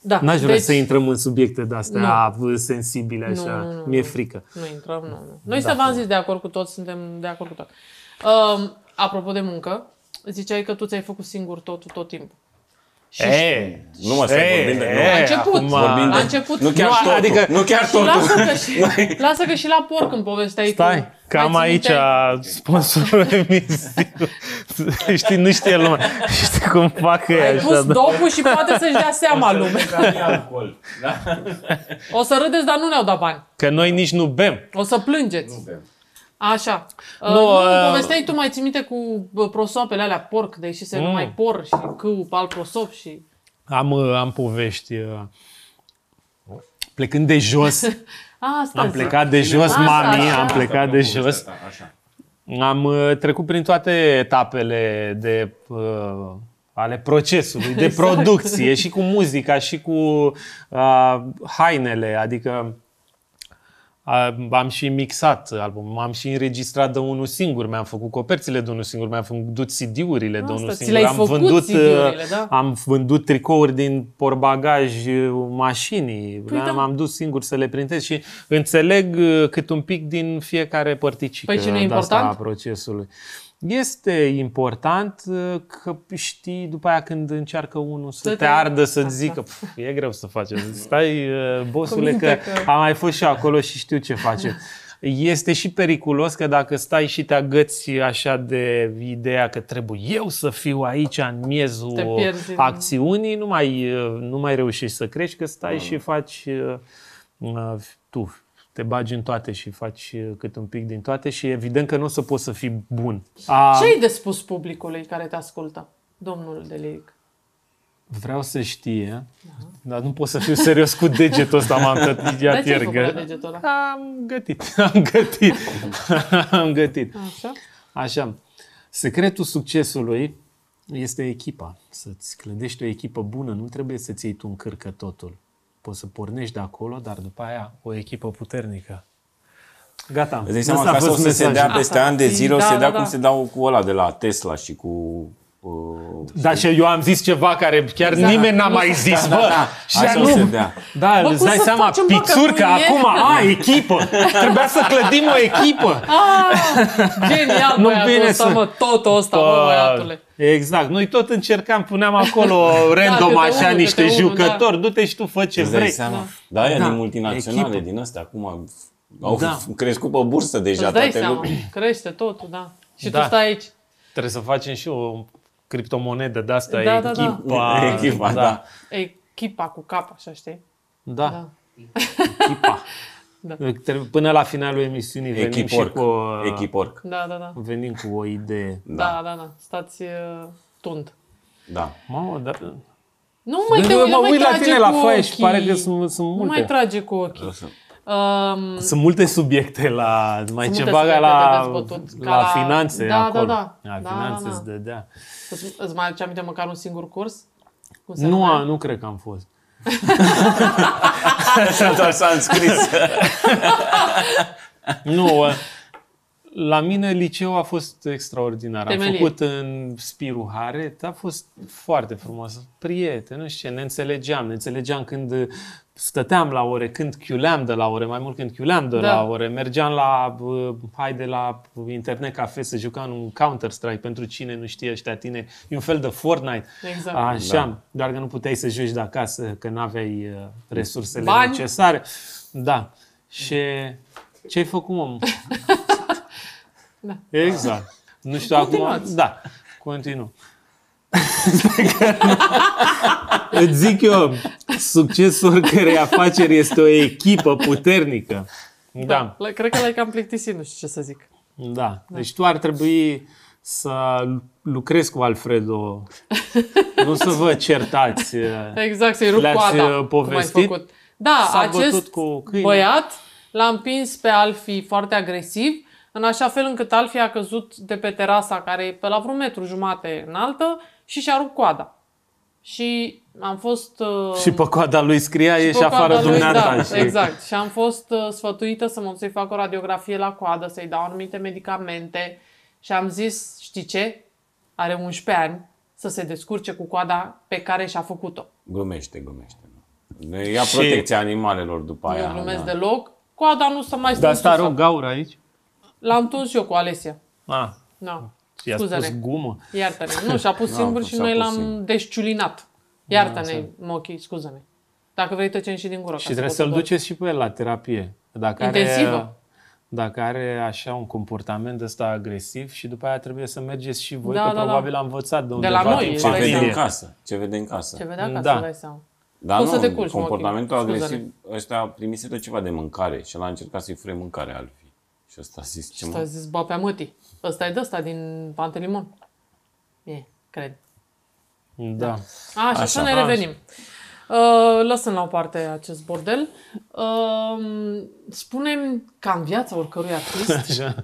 Da.
N-aș vrea
deci,
să intrăm în subiecte de-astea sensibile, așa.
nu, nu,
Mi-e frică.
Nu intrăm, nu. nu. Noi da. v-am zis de acord cu toți, suntem de acord cu tot. Um, apropo de muncă, ziceai că tu ți-ai făcut singur totul tot timpul. Și
E,
Nu mă stai vorbim de- nu.
e,
A
început.
acum-
Vorbim de-
A
început.
Nu chiar
Nu,
totul.
adică-
nu chiar
Și
totul.
lasă că și, lasă că și la porc îmi povesteai
Stai,
tu.
cam
Mai ții
aici
minte?
sponsorul emisiunii. Știi, nu știe lumea. Știi cum fac ei
Ai
așa,
pus
da?
dopul și poate să-și dea seama lumea.
Da,
O să râdeți, dar nu ne-au dat bani.
Că noi nici nu bem.
O să plângeți.
Da.
Așa. Nu,
Nu,
nu
uh,
povesteai tu mai ții minte cu bă, prosoapele alea porc, de ieșise
Mm.
numai por și câu pe al prosop și...
Am, uh, am povești. uh, Plecând de jos,
Asta
am
zic.
plecat de jos,
Asta,
mami,
așa.
am plecat de jos.
Așa.
Am uh, trecut prin toate etapele de uh, ale procesului, de
Exact.
producție și cu muzica și cu uh, hainele, adică uh, am și mixat albumul, am și înregistrat de unul singur, mi-am făcut coperțile de unul singur, mi-am făcut CD-urile de
Asta,
unul
ți
singur,
le-ai
am
făcut
vândut, uh,
CD-urile, da?
am vândut tricouri din porbagaj uh, mașinii,
Păi da.
am, am dus singur să le printez și înțeleg uh, cât un pic din fiecare părticică
Păi și nu e
de asta
important?
a procesului. Este important uh, că știi după aia când încearcă unul să,
Să
te,
te-
ardă, să-ți
Asta.
zică "Pf, e greu să faci. Stai, uh, bosule,
Cu
că,
minte
că
că-
am mai fost și acolo și știu ce face. Este și periculos că dacă stai și te agăți așa de ideea că trebuie eu să fiu aici în
Te
miezul
pierzi în-
acțiunii, nu mai, uh, nu mai reușești să crești, că stai
Mm.
și faci uh, uh, tu, te bagi în toate și faci uh, cât un pic din toate și evident că nu o să poți să fii bun. A,
Ce ai de spus publicului care te ascultă, domnul Delic?
vreau să știe, dar nu pot să fiu serios cu degetul ăsta, m-am tătit
De
iar
ce ai făcut la
tiergă.
degetul ăla?
Am gătit, am gătit, am gătit.
Așa?
Așa. Secretul succesului este echipa. Să-ți clădești o echipă bună, nu trebuie să-ți iei tu în cârcă totul. Poți să pornești de acolo, dar după aia o echipă puternică. Gata.
Îți dai seama
Ăsta a
că asta o
fost
să se
mesajul.
dea peste
Asta.
ani de zile, o să
Da,
se dea
da,
cum
da.
se dau cu ăla de la Tesla și cu... uh,
Da, și eu am zis ceva care chiar
Exact.
nimeni n-a
Nu
mai
se-
zis,
da,
bă.
da,
Și ea
așa
nu.
o să dea.
Da,
Bă,
îți
cum
dai
să
seama,
facem, bă, că
pițurcă
pâine-
acum, a, echipă. Trebuia să clădim o echipă.
Genial,
Nu
nu băiatul
bine
ăsta,
să-
mă, totul ăsta, bă, băiatule.
Exact. Noi tot încercam, puneam acolo random
câte
așa
unul,
niște
câte unul, da.
jucători. Du-te și tu fă ce
Îți dai
vrei.
seama. Da, aia
Da.
din multinaționale,
Echipă.
din astea, acum au
Da.
crescut pe bursă deja
Îți dai
toate
seama,
lucrurile.
crește totul, da. Și
Da.
tu stai aici.
Trebuie să facem și o criptomonedă de asta,
Da, da, da.
echipa.
Echipa, da.
Echipa cu cap, așa știi?
Da,
Da.
echipa.
Da.
Trebuie- Până la finalul emisiunii venim și
Echiporc.
cu uh, o,
Echiporc.
Da, da, da.
venim cu o idee.
Da, da, da. Stați uh, tunt.
Da.
Mamă, dar...
Nu mai te
Eu
uit, nu
mă
mai
uit la
trage
tine
cu
la foaie
ochii.
și pare că sunt, sunt
Nu mai
multe.
trage cu ochii. Um,
Sunt multe subiecte la mai
multe
ceva ca
subiecte de
la,
dezbătut, ca
la,
la-
finanțe
Da, da,
acolo.
da.
La
Da,
finanțe
da, da.
îți dădea.
îți, îți mai aduce aminte măcar un singur curs? Cum se
Nu,
numea?
a, nu cred că am fost.
Doar s-a înscris.
Nu, uh, la mine liceu a fost extraordinar. Am
Temelie.
făcut în Spiru Haret, a fost foarte frumos. Prieten, nu știu ce, ne înțelegeam. Ne înțelegeam când uh, stăteam la ore, când chiuleam de la ore, mai mult când chiuleam de
Da.
la ore. Mergeam la, uh, haide, la internet cafe să jucam un Counter-Strike pentru cine nu știe ăștia tine. E un fel de Fortnite.
Exact.
Așa, da. doar că nu puteai să joci de acasă, că n-aveai uh, resursele
Bani.
necesare. Da. Și ce ai făcut, mă?
Da.
Exact. Nu știu acum.
Continuați.
Da. Continu. Îți zic eu, succesul oricărei afaceri este o echipă puternică. Da.
La- Cred că l-ai cam plictisit, nu știu ce să zic.
Da. Deci tu ar trebui să lucrezi cu Alfredo. Nu să vă certați.
Exact, să-i rup
Da. Le-ați,
coada,
uh,
cum ai
povestit?
făcut. Da,
S-a
acest
bătut cu câinii.
băiat l-a împins pe Alfie foarte agresiv, în așa fel încât Alfie a căzut de pe terasa care e pe la vreun metru jumate înaltă și și-a rupt coada. Și am fost... uh,
Și pe coada lui scria
și
ieși
pe coada
afară
lui,
dumneata.
Da,
și-
exact. Și am fost uh, sfătuită să mă duc să-i fac o radiografie la coadă, să-i dau anumite medicamente și am zis, știi ce? Are 11 ani să se descurce cu coada pe care și-a făcut-o.
Glumește, glumește. Ne Ia
Și-
protecția animalelor după
Nu
aia.
glumesc
da.
deloc. Coada nu s-a mai
Dar
strâns.
Da, asta rog gaură aici?
L-am întors eu cu Alesia.
Ah,
Da.
și i-a spus
Scuze-ne.
gumă.
Iartă-ne. Nu, și-a pus
Da,
singur
pus-
și
și-a
noi
pus
l-am
singur.
desciulinat. Iartă-ne, Mochi, scuză-ne. Dacă vrei, tăcem și din gură.
Da, Și
ca să
trebuie
pot
să-l
doar.
duceți și pe el la terapie. Dacă Are,
Intensivă.
dacă are așa un comportament ăsta agresiv și după aia trebuie să mergeți și voi,
Da,
că
da, da.
probabil a învățat de undeva
la noi,
din
e
Ce
Vai,
vede
da.
în
familie.
casă? Ce vede în casă?
Ce vedea ca
Da.
să dai seama.
Dar
Poți
nu,
să te culci, mă,
comportamentul
Ochi.
agresiv,
Scuze-ne.
ăștia primise de ceva de mâncare și l-a încercat să-i fure mâncare al fi. Și ăsta a zis ce
Ăsta a
mă...
zis, bă, pe mătii. Ăsta e de ăsta din Pantelimon. E, cred.
Da.
A, și
Așa,
așa, ne
așa.
revenim. Uh, lăsăm la o parte acest bordel. Uh, spunem ca în viața oricărui artist, uh,
Așa.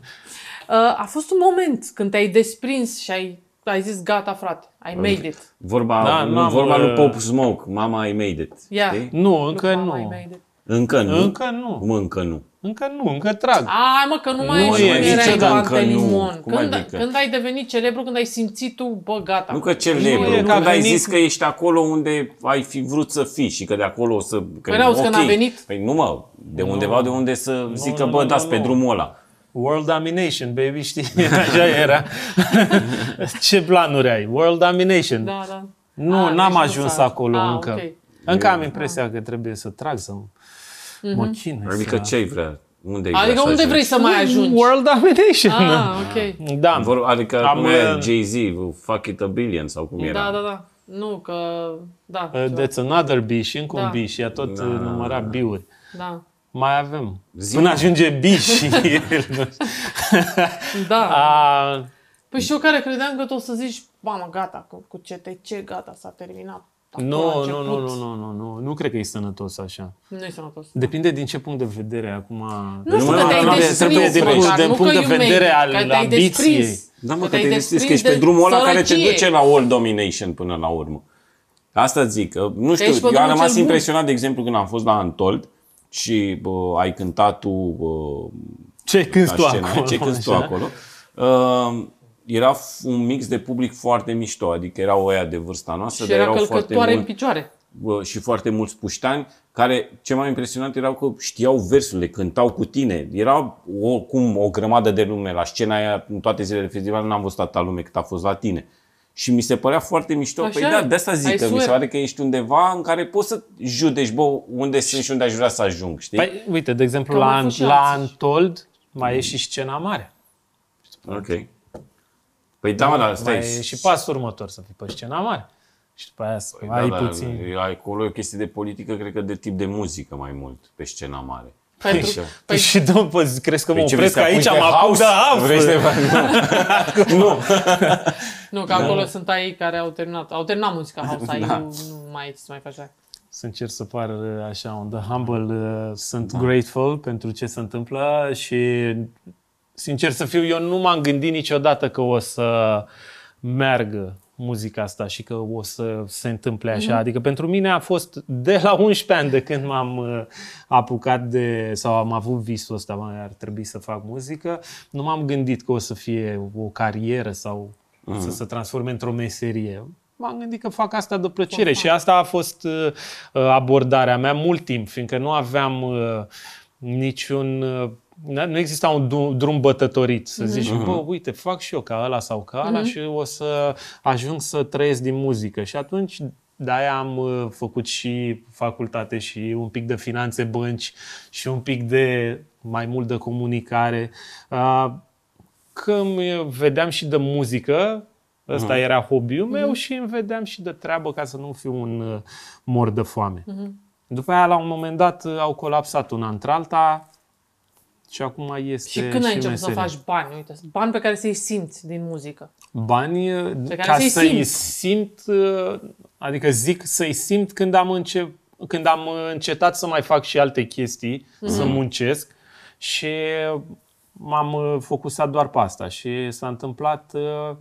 a fost un moment când te-ai desprins și ai, ai zis gata frate,
Păi,
I made it.
Vorba,
Da,
da,
nu am,
vorba lui
uh,
Pop Smoke, mama I made it.
Ia.
Știi?
Nu, încă
Mama, I
nu.
made it.
Încă nu.
Încă nu.
Cum încă nu?
Încă nu, încă trag.
Ai mă, că nu mai
Nu
ești
e,
cum erai
niciodată
în
încă nu.
Pantelimon.
Cum
Când,
adică?
când ai devenit celebru, când ai simțit tu, bă, gata.
Nu că
Nu e
celebru,
că a
când ai
venit-
zis că ești acolo unde ai fi vrut să fii și că de acolo o să... Că,
Păi n-auzi că
ok.
n-a venit?
Păi nu mă, de undeva de unde să zică,
nu,
bă,
nu,
dați
nu,
pe
nu."
drumul ăla.
World domination, baby, știi? Așa era. Ce planuri ai? World domination.
Da, da.
Nu,
A,
n-am
deci nu
ajuns
s-a-
acolo
A,
încă.
ok.
Încă am impresia că trebuie să trag, să mă chinui.
Adică ce ai vrea? Unde ai
Adică
vrea să
unde
ajungi?
vrei Mhm. să mai ajungi?
World domination.
Ah, ok.
Da.
Vor, adică
Am,
Am,
uh,
e Jay-Z, fuck it a billion sau cum era.
Da, da, da. Nu, că... Da,
Uh,
ceva.
That's another B și încă un
Da.
B și a tot da. numărat B-uri.
da.
Mai avem.
Zi.
Până ajunge B și el.
da.
A,
Păi și eu care credeam că tu o să zici, mamă, gata, cu, cu CTC, gata, s-a terminat. Acolo
nu,
a
nu,
început."
nu, nu, nu, nu, nu, nu cred că e sănătos așa.
Nu-i sănătos.
Depinde din ce punct de vedere acum.
Nu știu
mă,
că te-ai
trebuie-
desprins,
trebuie din
măcar,
punct de-
nu că
punct de
you made
vedere
it,
al
că te-ai
ambiției.
desprins.
Da, mă, că
te-ai
te
desprins
deschizi, că ești pe
de
drumul ăla care te
sărăcie.
duce la all domination până la urmă. Asta zic, că, nu știu,
ești pe
eu am
drumul cel
rămas
bun.
impresionat, de exemplu, când am fost la Antold și bă, ai cântat tu bă,
Ce cânti
la
tu
scenă,
acolo?
ce cânti tu
așa?
acolo. Uh, era f- un mix de public foarte mișto, adică erau oia de vârsta noastră,
Și
dar
era
erau foarte
călcătoare în
mulți
picioare.
bă, și foarte mulți puștani, care ce mai impresionant erau că știau versurile, cântau cu tine. Era oricum o grămadă de lume la scena aia, în toate zilele de festival, n-am văzut atâta lume cât a fost la tine. Și mi se părea foarte mișto.
Așa
Așa,
e.
păi da, de asta
Ai
zic, că mi se
swear.
pare că ești undeva în care poți să judeci, bă, unde sunt și unde aș vrea să ajung, știi?
Păi, uite, de exemplu,
Că am
la,
mai fost și
la
alții.
Antold mai e și scena mare.
ok. Păi da, mă, dar stai.
Mai e și pasul următor să fii pe scena mare. Și după aia să
Da,
ai
dar
puțin...
e- Acolo e o chestie de politică, cred că de tip de muzică mai mult, pe scena mare.
Pentru,
Așa.
Păi
păi,
și domn, păi, crezi că mă
Păi ce vrei
opresc
să te
aici,
apuci
am
de
apuc
house?
de af.
Vrei să Nu.
nu, că acolo sunt ai care au terminat. Au terminat muzica house, ai,
Da.
nu, nu mai se mai face aia.
Să încerc să par uh, așa on the humble, uh, sunt grateful pentru ce se întâmplă și sincer să fiu, eu nu m-am gândit niciodată că o să meargă muzica asta și că o să se întâmple așa. Adică pentru mine a fost de la 11 ani de când m-am uh, apucat de, sau am avut visul ăsta, mai ar trebui să fac muzică, nu m-am gândit că o să fie o carieră sau să se transforme într-o meserie. M-am gândit că fac asta de plăcere și asta a fost uh, uh, abordarea mea mult timp, fiindcă nu aveam uh, niciun... uh, na- Nu exista un du- drum bătătorit, să zici, bă, uite, fac și eu ca ăla sau ca ăla și o să ajung să trăiesc din muzică. Și atunci de-aia am uh, făcut și facultate și un pic de finanțe bănci și un pic de mai mult de comunicare. Uh, că îmi vedeam și de muzică, ăsta era hobby-ul
Mhm.
meu și îmi vedeam și de treabă ca să nu fiu un uh, mor de foame.
Mhm.
După aia, la un moment dat, uh, au colapsat una între alta și acum este
Și când ai început să
meserie.
faci bani? Uite, bani pe care să-i simți din muzică.
Bani, uh,
care
ca
să-i
să-i
simți.
simt, uh, adică zic să-i simt când am, încep, când am uh, încetat să mai fac și alte chestii,
Mhm.
să muncesc și m-am uh, focusat doar pe asta și s-a întâmplat uh,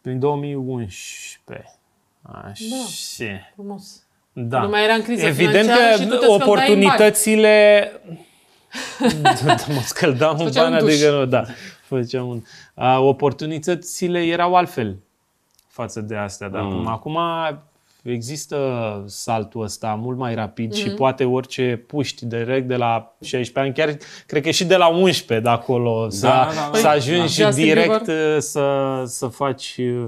prin 2011.
Da.
Așa.
Frumos.
Da.
Lumea era în criză
Evident
financiară și tu te
că
scăldai în
oportunitățile... da, mă scăldam în
Făceam
bani,
un duș.
adică nu, da. Făceam un... A, oportunitățile erau altfel față de astea de acum.
Mm.
Acum există saltul ăsta mult mai rapid
Mhm.
și poate orice puști direct de la 16 ani, chiar cred că și de la 11 de acolo, să,
da, da.
să
Păi,
ajungi
da. Justin
direct uh, să, să faci uh,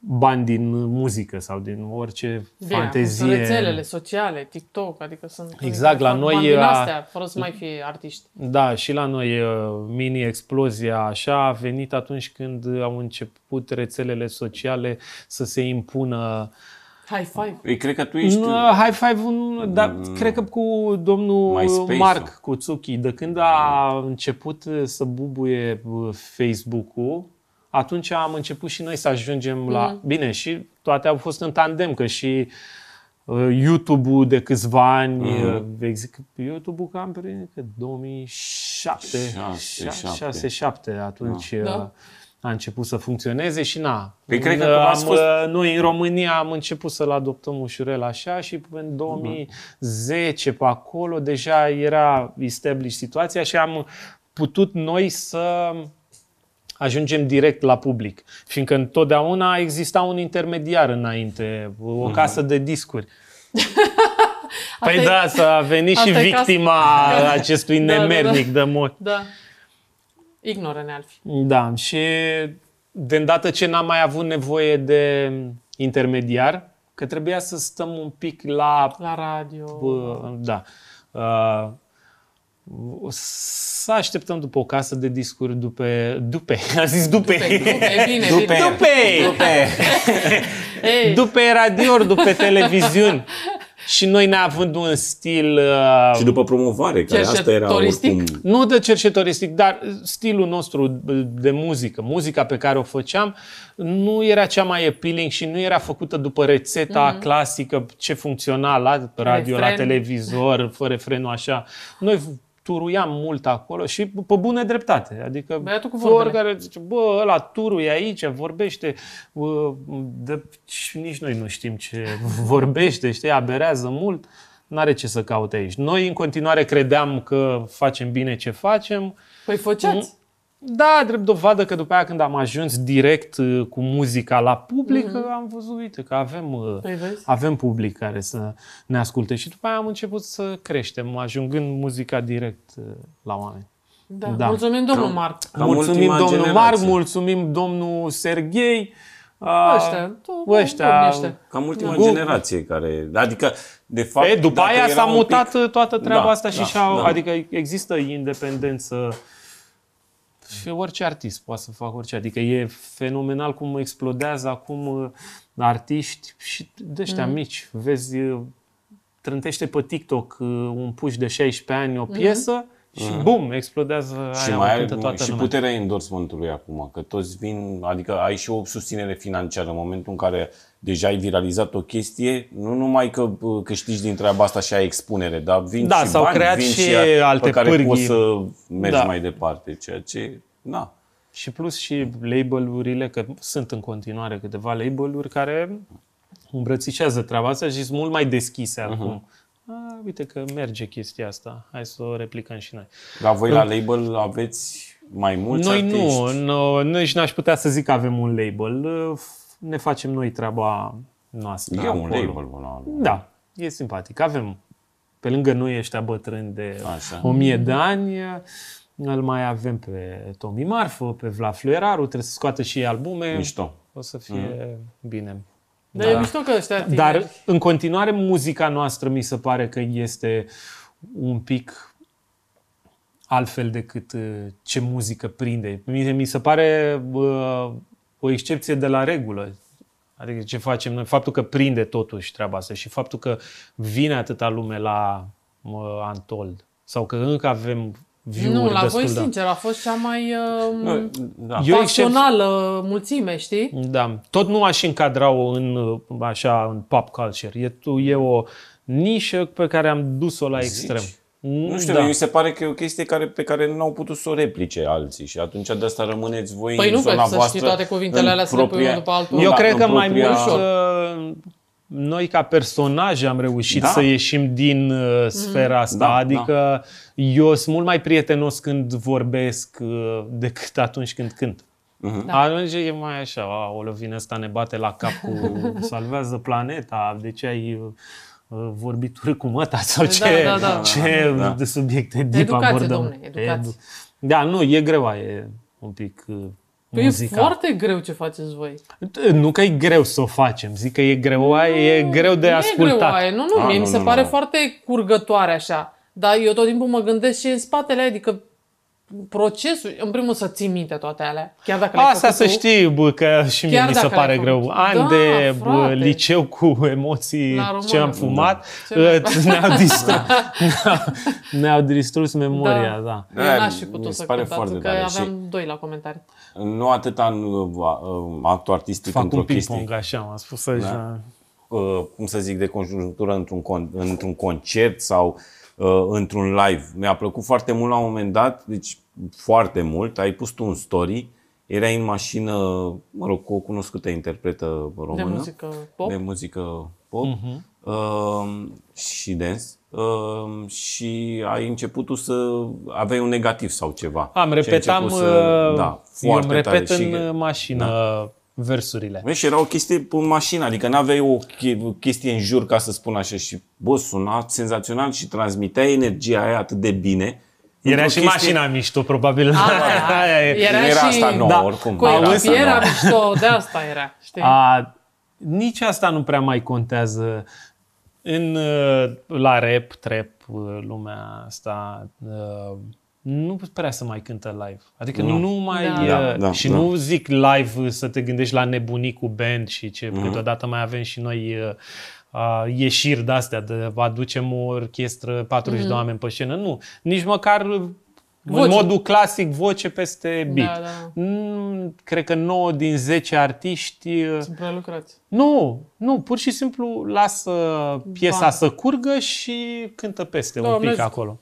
bani din muzică sau din orice
Bine,
fantezie.
acum sunt Rețelele sociale, TikTok, adică sunt...
Exact, la
fac
noi
bani din
era-
astea, fără să mai fie artiști.
Da, și la noi uh, mini-explozia așa a venit atunci când au început rețelele sociale să se impună.
High five.
Ei, cred că tu Mm. ești... uh,
Nu, high five-ul, nu, dar cred că cu domnul
MySpace-ul.
Mark Kuzuki, de când
Mm.
a început uh, să bubuie uh, Facebook-ul, atunci am început și noi să ajungem la... Bine, și toate au fost în tandem, că și uh, YouTube-ul de câțiva ani, mm. ex- YouTube-ul cam prin cred, 2007,
Șase, șapte.
6-7, atunci
Da.
uh, a început să funcționeze și na.
Păi cred că
Uh,
cum
am,
ați fost-
uh, Noi în România am început să-l adoptăm ușurel așa și
Da.
în 2010 pe acolo deja era established situația și am putut noi să ajungem direct la public. Fiindcă întotdeauna exista un intermediar înainte, o
Mhm.
casă de discuri.
Asta
Păi
e-
da, s-a venit și
asta e cas-
victima acestui
Da, da, da.
nemernic de mod.
Da. Ignoră-ne, Alfi.
Da, și de îndată ce n-am mai avut nevoie de intermediar, că trebuia să stăm un pic la...
La radio.
bă, Da. Uh, o să așteptăm după o casă de discuri, după... După, am zis după.
Dupe, dupe, bine,
Dupe.
bine.
După,
Ei,
după radio, după televiziuni. Și noi neavând un stil... uh,
Și după promovare, care asta era
Cercetoristic.
oricum...
Nu de cercetoristic, dar stilul nostru de muzică, muzica pe care o făceam, nu era cea mai appealing și nu era făcută după rețeta mm-hmm. clasică, ce funcționa la radio, la
Refren.
televizor, fără refrenul așa. Noi turuiam mult acolo și pe bună dreptate. Adică
Băiatul cu
fără
vorbele.
care zice, bă, ăla turu e aici, vorbește, bă, de, și nici noi nu știm ce vorbește, știi, aberează mult, n-are ce să caute aici. Noi în continuare credeam că facem bine ce facem.
păi făceați.
Da, drept dovadă că după aia când am ajuns direct uh, cu muzica la public, mm-hmm. am văzut, uite, că avem... uh,
Mhm. Păi vezi?
avem public care să ne asculte și după aia am început să creștem, ajungând muzica direct uh, la oameni.
Da.
Da.
Mulțumim, domnul Marc.
Cam
mulțumim
ultima
domnul
generație.
Marc, mulțumim domnul Serghei. a,
Ăștia. tu-
ăștia.
domnește.
Cam ultima
Google.
generație care... Adică, de fapt...
E, după
dacă
aia
era
s-a
un
mutat
Pic,
toată treaba
Da,
asta și
da,
și-au,
da.
adică există independență și orice artist poate să facă orice. Adică e fenomenal cum explodează acum uh, artiști și de ăștia mici. Vezi uh, trântește pe TikTok uh, un puș de 16 ani o piesă și bum, explodează
Mm. Și
aia,
mai
o
are
cântă toată
și
lumea.
puterea endorsementului acum, că toți vin, adică ai și o susținere financiară în momentul în care deja ai viralizat o chestie, nu numai că bă, câștigi din treaba asta și ai expunere, dar vin
Da,
și
s-au
bani,
creat
vin
și
pe
alte
care
pârghii.
poți să mergi
Da.
mai departe, ceea ce, na,
Și plus și labelurile, că sunt în continuare câteva labeluri care îmbrățișează treaba asta și sunt mult mai deschise
Mhm.
acum. A, uite că merge chestia asta, hai să o replicăm și noi.
la voi la label aveți mai mulți
Noi
artiști.
nu, nu, noi și n-aș putea să zic că avem un label, ne facem noi treaba noastră.
E un
acolo.
label până la urmă.
Da, e simpatic. Avem pe lângă noi ăștia bătrâni de
Așa.
o mie de ani, îl mai avem pe Tomi Marfă, pe Vlad Fluieraru, trebuie să scoată și ei albume.
Mișto.
O să fie bine.
Dar da. e mișto că ăștia tineri.
Mm-hmm. Dar, în continuare, muzica noastră mi se pare că este un pic altfel decât uh, ce muzică prinde. Mi, mi se pare uh, o excepție de la regulă. Adică ce facem noi, faptul că prinde totuși treaba asta și faptul că vine atâta lume la uh, Antold sau că încă avem view-uri
nu, la
destul da.
voi,
de...
sincer, a fost cea mai uh,
Nu, Da.
Eu except-
pasională mulțime, știi?
Da, tot nu aș încadra-o în, uh, așa, în pop culture. E, tu- e o nișă pe care am dus-o la extrem.
Nu știu, da. mi se pare că e o chestie care, pe care nu au putut să o replice alții și atunci de asta rămâneți voi
Păi
în
nu, că
zona
să
voastră.
știi toate cuvintele
în
alea, să le pui
propria-
unul după altul.
Nu,
Eu
da,
cred
în
că mai
propria-
mult uh, noi ca personaje am reușit
Da.
să ieșim din uh, sfera asta.
Da,
adică eu sunt mult mai prietenos când vorbesc uh, decât atunci când cânt.
Mhm.
Da. Atunci e mai așa, a, o lovin asta ne bate la cap cu salvează planeta, de ce ai uh, uh, vorbit urât cu măta sau
Da,
ce,
da, da, da.
ce da. subiecte deep
Educație,
abordăm.
domne, educație.
Da, nu, e greu, e un pic uh,
Păi e
muzica.
foarte greu ce faceți voi.
Nu că e greu să o facem, zic că e greu, e greu de
nu E greu
ascultat.
aia, nu, nu,
A,
mie
Ah, nu,
mi se
nu,
pare
nu.
foarte curgătoare așa. Dar eu tot timpul mă gândesc și în spatele aia, adică procesul, în primul să ții minte toate alea. Chiar dacă le-ai
Asta
făcut
să
tu,
știi, bă, că și mie
Chiar
mi se
dacă
pare
l-ai făcut.
greu. Ani
Da,
de bă,
frate.
liceu cu emoții
La română.
ce am fumat,
Da. Ce
îți- ne-au distrus, ne-au distrus memoria, da.
Eu
Da,
n-aș fi
mi
putut
se
să
pare
cânt
foarte
că
tare
aveam doi la comentarii.
Nu atâta în uh, uh, actul artistic
Fac
într-o
un
chestie,
ping-pong, așa m-a spus să da.
uh, cum să zic, de conjunctură într-un, con- într-un concert sau uh, într-un live. Mi-a plăcut foarte mult la un moment dat, deci foarte mult, ai pus tu un story, erai în mașină, mă rog, cu o cunoscută interpretă
De
română.
muzică pop.
de muzică pop
Mhm.
uh, și dans uh, și ai început tu să aveai un negativ sau ceva.
Am,
Și ai
repetam,
început să,
da,
da,
eu îmi
foarte
repet
tare
în
și... da.
mașină versurile.
Vezi, și era o chestie în mașină, adică n-aveai o che- chestie în jur, ca să spun așa, și bă, suna senzațional și transmitea energia aia atât de bine.
Era
Într-o
și
chestie-
mașina mișto, probabil.
da.
Aia e.
Era
Nu era
și-
asta nouă,
Da,
oricum.
Cu
nu era asta
era
nouă.
mișto, de asta era, știi?
A, nici asta nu prea mai contează. În, uh, la rap, trap, uh, lumea asta uh, nu prea să mai cântă live. Adică nu, nu mai...
Da.
Da,
uh,
da,
și
da.
nu zic live uh, să te gândești la nebunii cu band și ce.
Mhm.
Mm-hmm. Câteodată mai avem și noi uh, uh, ieșiri de-astea, de aducem o orchestră, 40 de oameni pe scenă. Nu, nici măcar uh, în
Mhm. Voce.
modul clasic, voce peste beat.
Da, da.
Mm, Cred că 9 din 10 artiști uh,
Sunt prelucrați.
nu, nu, pur și simplu lasă piesa
Ba.
să curgă și cântă peste un
Doamne,
pic acolo.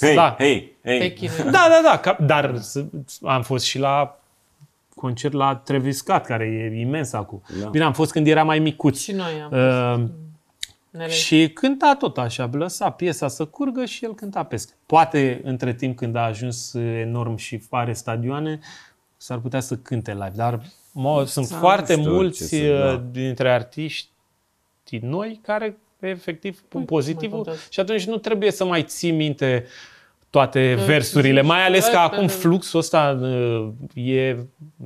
Hei,
Da.
hei,
Pe
hei.
chinui.
Da, da, da, ca, dar s- am fost și la concert la Travis Scott, care e imens acum.
Da.
Bine, am fost când era mai micuț.
Și noi am.
Uh,
Nele.
și cânta tot așa, lăsa piesa să curgă și el cânta peste. Poate între timp când a ajuns enorm și are stadioane, s-ar putea să cânte live, dar mă, sunt foarte
știu ce
mulți uh,
să- da.
dintre artiști noi care efectiv pun pozitivul
contează.
și atunci nu trebuie să mai ții minte toate versurile, mai ales că
da,
acum
da.
fluxul ăsta uh, e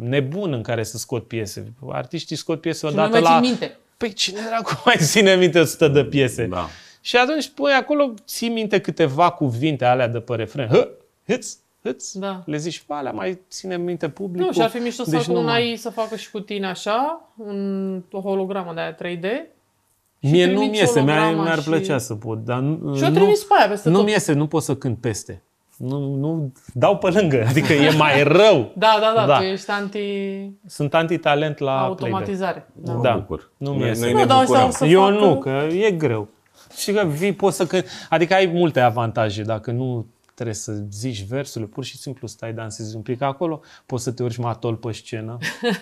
nebun în care să scot piese. Artiștii scot piese
Și nu
odată
mai
la
țin minte.
Păi cine dracu mai ține minte 100 de piese?
Da.
Și atunci, păi, acolo ții minte câteva cuvinte alea de pe refren. Hă, hâț, hâț.
Da.
Le zici, pe alea mai ține minte publicul. Deci
Nu, și ar fi mișto să facă
nu
un
mai-
AI să facă și cu tine așa, un, o hologramă de aia 3D,
Mie nu
trimiți
mi iese, mi-ar,
holograma
mi-ar
și-
plăcea să pot, dar nu,
Și o
nu,
trimis pe aia peste
nu
tot.
mi iese, nu pot să cânt peste. Nu, nu dau pe lângă, adică e mai rău.
Da, da, da,
Da.
tu ești anti-automatizare.
Sunt antitalent la playback.
Da.
Mă
Da.
bucur.
Nu mi
Noi-
iese.
noi
Nu,
ne
dar asta
bucurăm.
o să
Eu
facă-
nu, că e greu. Și că vii, poți să cânt. Adică ai multe avantaje dacă nu trebuie să zici versurile, pur și simplu stai, dansezi un pic acolo, poți să te urci matol pe scenă, poți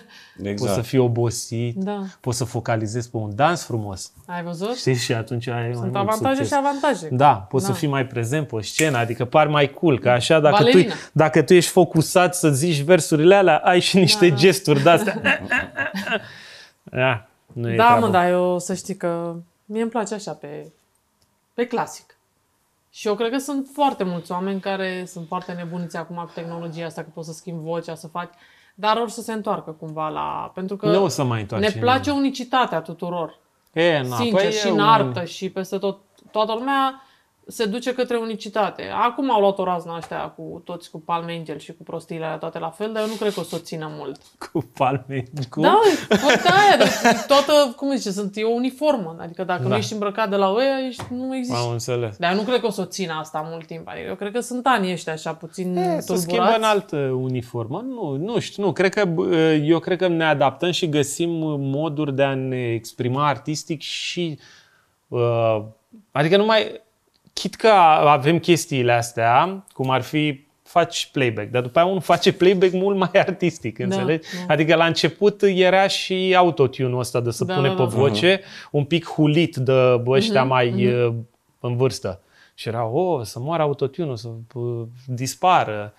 să
Exact.
fii obosit,
Da.
poți să focalizezi pe un dans frumos,
Ai văzut?
știi? Și atunci ai mai
Sunt
mult
avantaje
succes.
și avantaje.
Da, poți
Da.
să fii mai prezent pe scenă, adică par mai cool, că așa dacă tu,
Balerina.
dacă tu ești focusat să zici versurile alea, ai și niște
Da, da.
gesturi de-astea. da, nu e
Da,
treabă.
mă, dar eu să știi că mie îmi place așa pe, pe clasic. Și eu cred că sunt foarte mulți oameni care sunt foarte nebuniți acum cu tehnologia asta, că poți să schimbi vocea, să faci, dar or să se întoarcă cumva la... Pentru că
Nu o să mai
ne
întoarcem.
place unicitatea tuturor.
E, na,
sincer,
păi
și
e
în
un-
artă și peste tot. Toată lumea se duce către unicitate. Acum au luat o razna ăștia cu toți cu palme angel și cu prostiile alea toate la fel, dar eu nu cred că o să o țină mult.
Cu palme. Cu...
Da, toată aia, de- toată, cum zice, sunt, e o uniformă. Adică dacă
Da.
nu ești îmbrăcat de la ăia, ești, nu există.
Am înțeles.
Dar eu nu cred că o să o țină asta mult timp. Adică eu cred că sunt ani ăștia așa puțin
E,
e,
Eh, să schimbă în altă uniformă? Nu, nu știu, nu. Cred că, bă, eu cred că ne adaptăm și găsim moduri de a ne exprima artistic și... Uh, adică nu mai... Chit că avem chestiile astea, cum ar fi faci playback, dar după aia unul face playback mult mai artistic, înțelegi?
da.
Adică la început era și autotune-ul ăsta de să
Da,
pune
da,
pe
da. Mhm,
voce, un pic hulit de bă, ăștia mai uh, în vârstă. Și era, o, oh, să moară autotune să uh, dispară.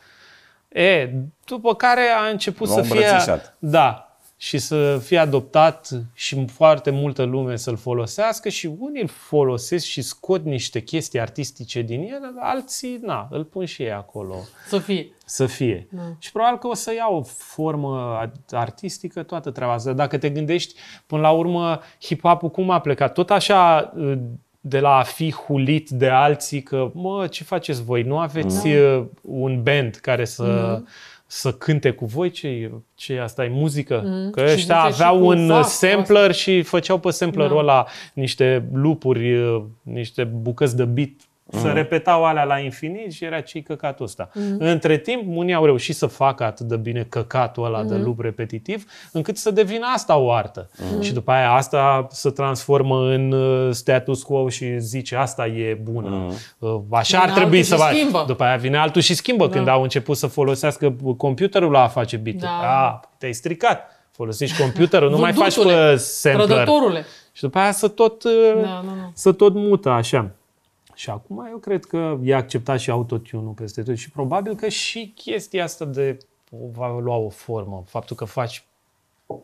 E, după care a început
L-au
să fie...
îmbrățișat.
Da. Și să fie adoptat și foarte multă lume să-l folosească și unii îl folosesc și scot niște chestii artistice din el, dar alții, na, îl pun și ei acolo
Să fie.
să fie.
Da.
Și probabil că o să ia o formă a- artistică toată treaba asta. Dacă te gândești, până la urmă, hip-hop-ul cum a plecat? Tot așa uh, de la a fi hulit de alții că, mă, ce faceți voi? Nu aveți
Da.
uh, un band care să, să cânte cu voi? Ce, ce asta e muzică? Că
Mm. Și
ăștia
zice și
aveau
cu
un
sax, cu
sampler și făceau pe samplerul
Da.
ăla niște loopuri, uh, niște bucăți de beat să repetau alea la infinit și era cei căcatul ăsta.
Mm.
Între timp, unii au reușit să facă atât de bine căcatul ăla
Mm-hmm.
de lup repetitiv, încât să devină asta o artă. Și după aia asta se transformă în uh, status quo și zice asta e bună. Uh, Așa ar
Vine
trebui să
altul și
faci.
schimbă.
După aia vine altul și schimbă. Când au început să folosească computerul la a face beat-ul.
Da.
A, te-ai stricat. Folosești computerul, nu mai faci
Vândutule,
pe sampler.
Trădătorule.
Și după aia să tot, uh,
Da, da, da.
să tot mută așa. Și acum eu cred că e acceptat și autotune-ul peste tot și probabil că și chestia asta de va lua o formă. Faptul că faci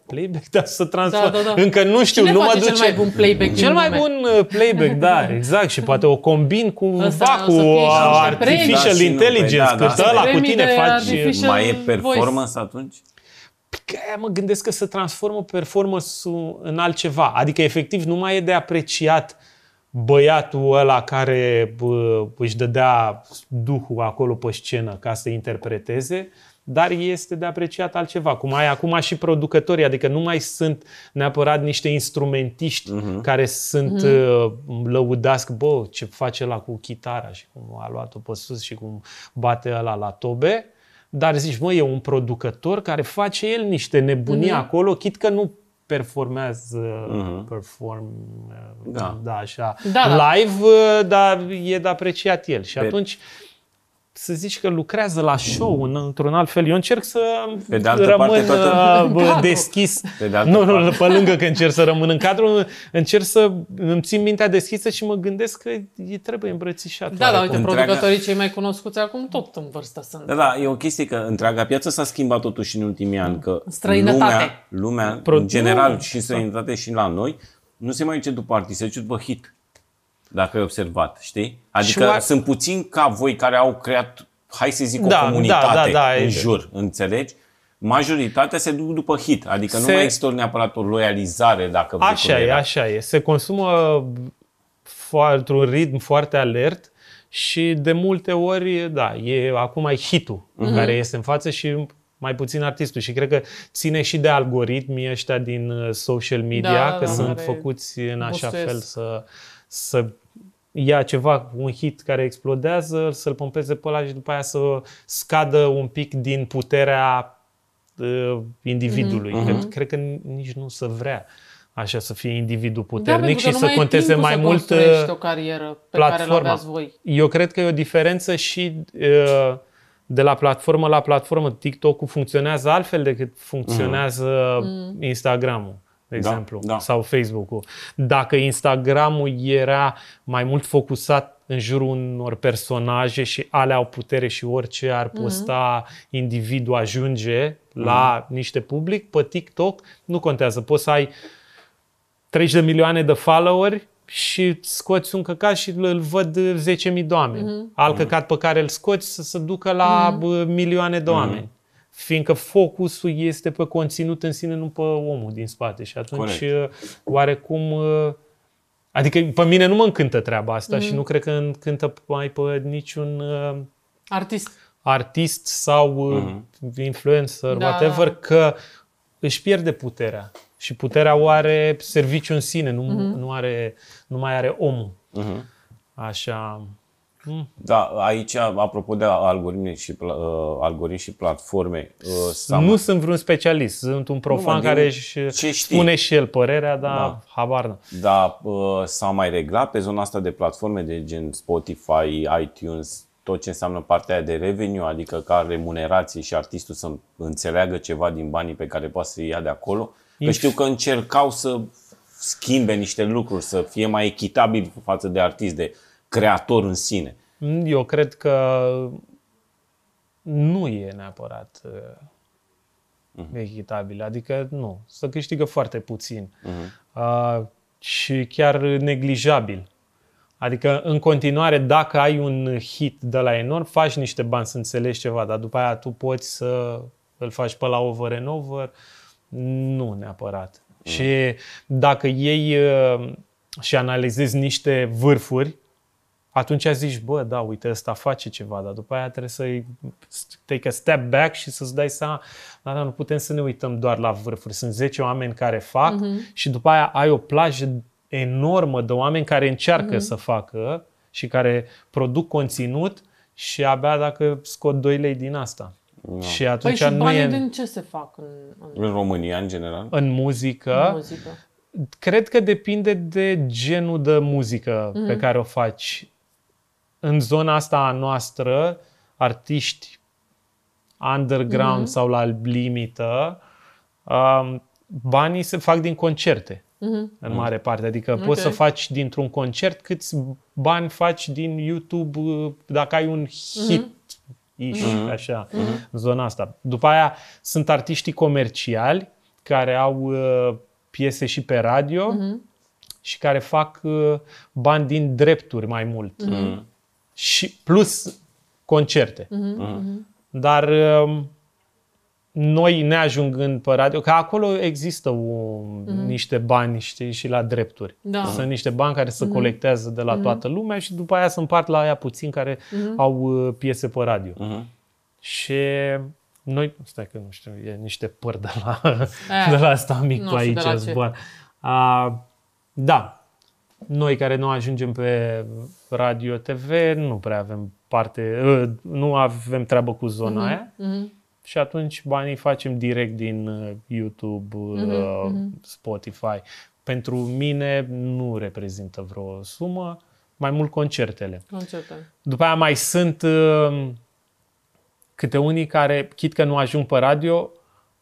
playback, dar să transformă.
Da, da, da.
Încă nu știu,
Cine
nu mă
face
duce.
cel mai bun playback din
Cel mai
lume?
bun uh, playback, da, exact. Și poate o combin cumva
Asta o
cu
să fie și
premii.
niște
Da,
artificial
și nu,
intelligence,
păi
că
da, da, asta
da, la
e.
cu
Premii
tine
de
faci...
artificial Official
Mai e
voice.
performance atunci?
Că aia mă gândesc că se transformă performance-ul în altceva. Adică, efectiv, nu mai e de apreciat băiatul ăla care bă, își dădea duhul acolo pe scenă ca să interpreteze, dar este de apreciat altceva. Cum ai acum și producătorii, adică nu mai sunt neapărat niște instrumentiști care sunt uh, lăudați, că, bă, ce face ăla cu chitara și cum a luat-o pe sus și cum bate ăla la tobe, dar zici, mă, e un producător care face el niște nebunii
Mhm.
acolo, chit că nu performează, perform,
Mhm. Da.
da. da, așa,
Da, da.
live, uh, dar e de apreciat el. Și
Pe-
atunci, să zici că lucrează la show în, într-un alt fel. Eu încerc să
Pe de altă
rămân
parte, toată-
uh, bă,
cadru.
deschis.
Pe de altă
nu, nu,
parte.
pe lângă că încerc să rămân în cadru, încerc să îmi țin mintea deschisă și mă gândesc că îi trebuie îmbrățișat.
Da, da,
oarecum.
uite,
întreaga-
producătorii cei mai cunoscuți acum tot în vârstă sunt.
Da, da, e o chestie că întreaga piață s-a schimbat totuși în ultimii ani, că
Străinătate.
lumea, lumea
Pro-
în general
Nu.
și în străinătate și la noi, nu se mai duce după artist, se duce după hit, dacă ai observat, știi? Adică
oare-
sunt puțini ca voi care au creat, hai să zic, o
Da, da,
comunitate
da, da,
în
e-
jur, înțelegi? Majoritatea se duc după hit, adică nu
Se-
mai există neapărat o loializare, dacă vrei,
Așa
cum
e,
era.
așa e. Se consumă fo- într-un ritm foarte alert
Mhm.
și de multe ori, da, e, acum e hitul care este în față și mai puțin artistul și cred că ține și de algoritmii ăștia din uh, social media,
Da,
că
da,
sunt
care
făcuți în așa
boostez.
fel să, să ia ceva, un hit care explodează, să-l pompeze pe ăla și după aia să scadă un pic din puterea uh, individului.
Mhm.
Mm-hmm. Cred, cred că nici nu să vrea așa să fie individul puternic
Da, pentru că
și
nu
să
mai e
conteze
timpul
mai
să
mult
construiești
uh,
o carieră pe care
platforma.
l-aveați voi.
Eu cred că e o diferență și uh, de la platformă la platformă. TikTok-ul funcționează altfel decât funcționează
Mhm.
mm. Instagram-ul, de
Da,
exemplu,
da.
sau Facebook-ul. Dacă Instagram-ul era mai mult focusat în jurul unor personaje și alea au putere și orice ar
Mhm.
posta mm-hmm. individul ajunge
Mhm.
la niște public, pe TikTok nu contează. Poți să ai 30 de milioane de followeri și scoți un căcat și îl văd uh, 10.000 de oameni. Mm-hmm. Alt căcat pe care îl scoți să se ducă la mm-hmm. milioane de oameni. Mm-hmm. Fiindcă focusul este pe conținut în sine, nu pe omul din spate. Și atunci,
Corect.
uh, oarecum... uh, Adică pe mine nu mă încântă treaba asta mm-hmm. și nu cred că încântă mai pe niciun uh,
Artist.
artist sau
Mhm.
mm-hmm. influencer, da.
Da.
whatever, că își pierde puterea. Și puterea o are serviciu în sine, nu, mm-hmm. nu, are, nu mai are omul.
Mhm.
Așa.
Da, aici, apropo de algoritmi și, pla- uh, algoritmi și platforme, uh, s-a
Sau nu sunt vreun specialist, sunt un
Nu,
profan
mă,
nu,
din
care își
ce știi.
spune și el părerea, dar
Da.
da. habar n
dar uh, s-au mai reglat pe zona asta de platforme de gen Spotify, iTunes, tot ce înseamnă partea aia de revenue, adică ca remunerație și artistul să înțeleagă ceva din banii pe care poate să ia de acolo. Că știu că încercau să schimbe niște lucruri, să fie mai echitabil față de artist, de creator în sine.
Eu cred că nu e neapărat uh, echitabil. Adică nu, să câștigă foarte puțin uh, și chiar neglijabil. Adică în continuare, dacă ai un hit de la enorm, faci niște bani să înțelegi ceva, dar după aia tu poți să îl faci pe la over and over, nu neapărat. Și dacă iei uh, și analizezi niște vârfuri, atunci zici, bă, da, uite, ăsta face ceva, dar după aia trebuie să-i take a step back și să-ți dai seama, da, da, nu putem să ne uităm doar la vârfuri. Sunt 10 oameni care fac
Mhm.
uh-huh. și după aia ai o plajă enormă de oameni care
Mhm.
încearcă uh-huh. să facă și care produc conținut și abia dacă scot 2 lei din asta. No. Și
Păi
atunci
și
nu
banii
e
din ce se fac în, în,
În România, în general.
în muzică.
în muzică?
Cred că depinde de genul de muzică mm-hmm.
Mhm.
pe care o faci. În zona asta a noastră, artiști underground mm-hmm. sau la limită, um, banii se fac din concerte, mm-hmm. în mare parte. Adică okay. poți să faci dintr-un concert câți bani faci din YouTube uh, dacă ai un hit. Mm-hmm. Ish, mm-hmm. așa, mm-hmm. zona asta. După aia sunt artiștii comerciali care au uh, piese și pe radio mm-hmm. și care fac uh, bani din drepturi mai mult. Mm-hmm. Și plus concerte. Mm-hmm. Dar uh, noi ne ajungând pe radio, că acolo există o, mm-hmm. niște bani știi, și la drepturi.
Da.
Sunt niște bani care se colectează de la mm-hmm. toată lumea și după aia se împart la aia puțin care mm-hmm. au uh, piese pe radio.
Mhm.
Și noi, stai că nu știu, e niște păr de la,
Eh,
de la asta mic
nu
cu
știu
aici
de la ce.
zboar. A, da, noi care nu ajungem pe radio TV nu prea avem parte, ă, nu avem treabă cu zona mm-hmm. aia
Mhm.
și atunci banii facem direct din uh, YouTube, mm-hmm.
Mhm,
Spotify. Pentru mine nu reprezintă vreo sumă, mai mult concertele.
Concerte.
După aia mai sunt uh, câte unii care, chit că nu ajung pe radio,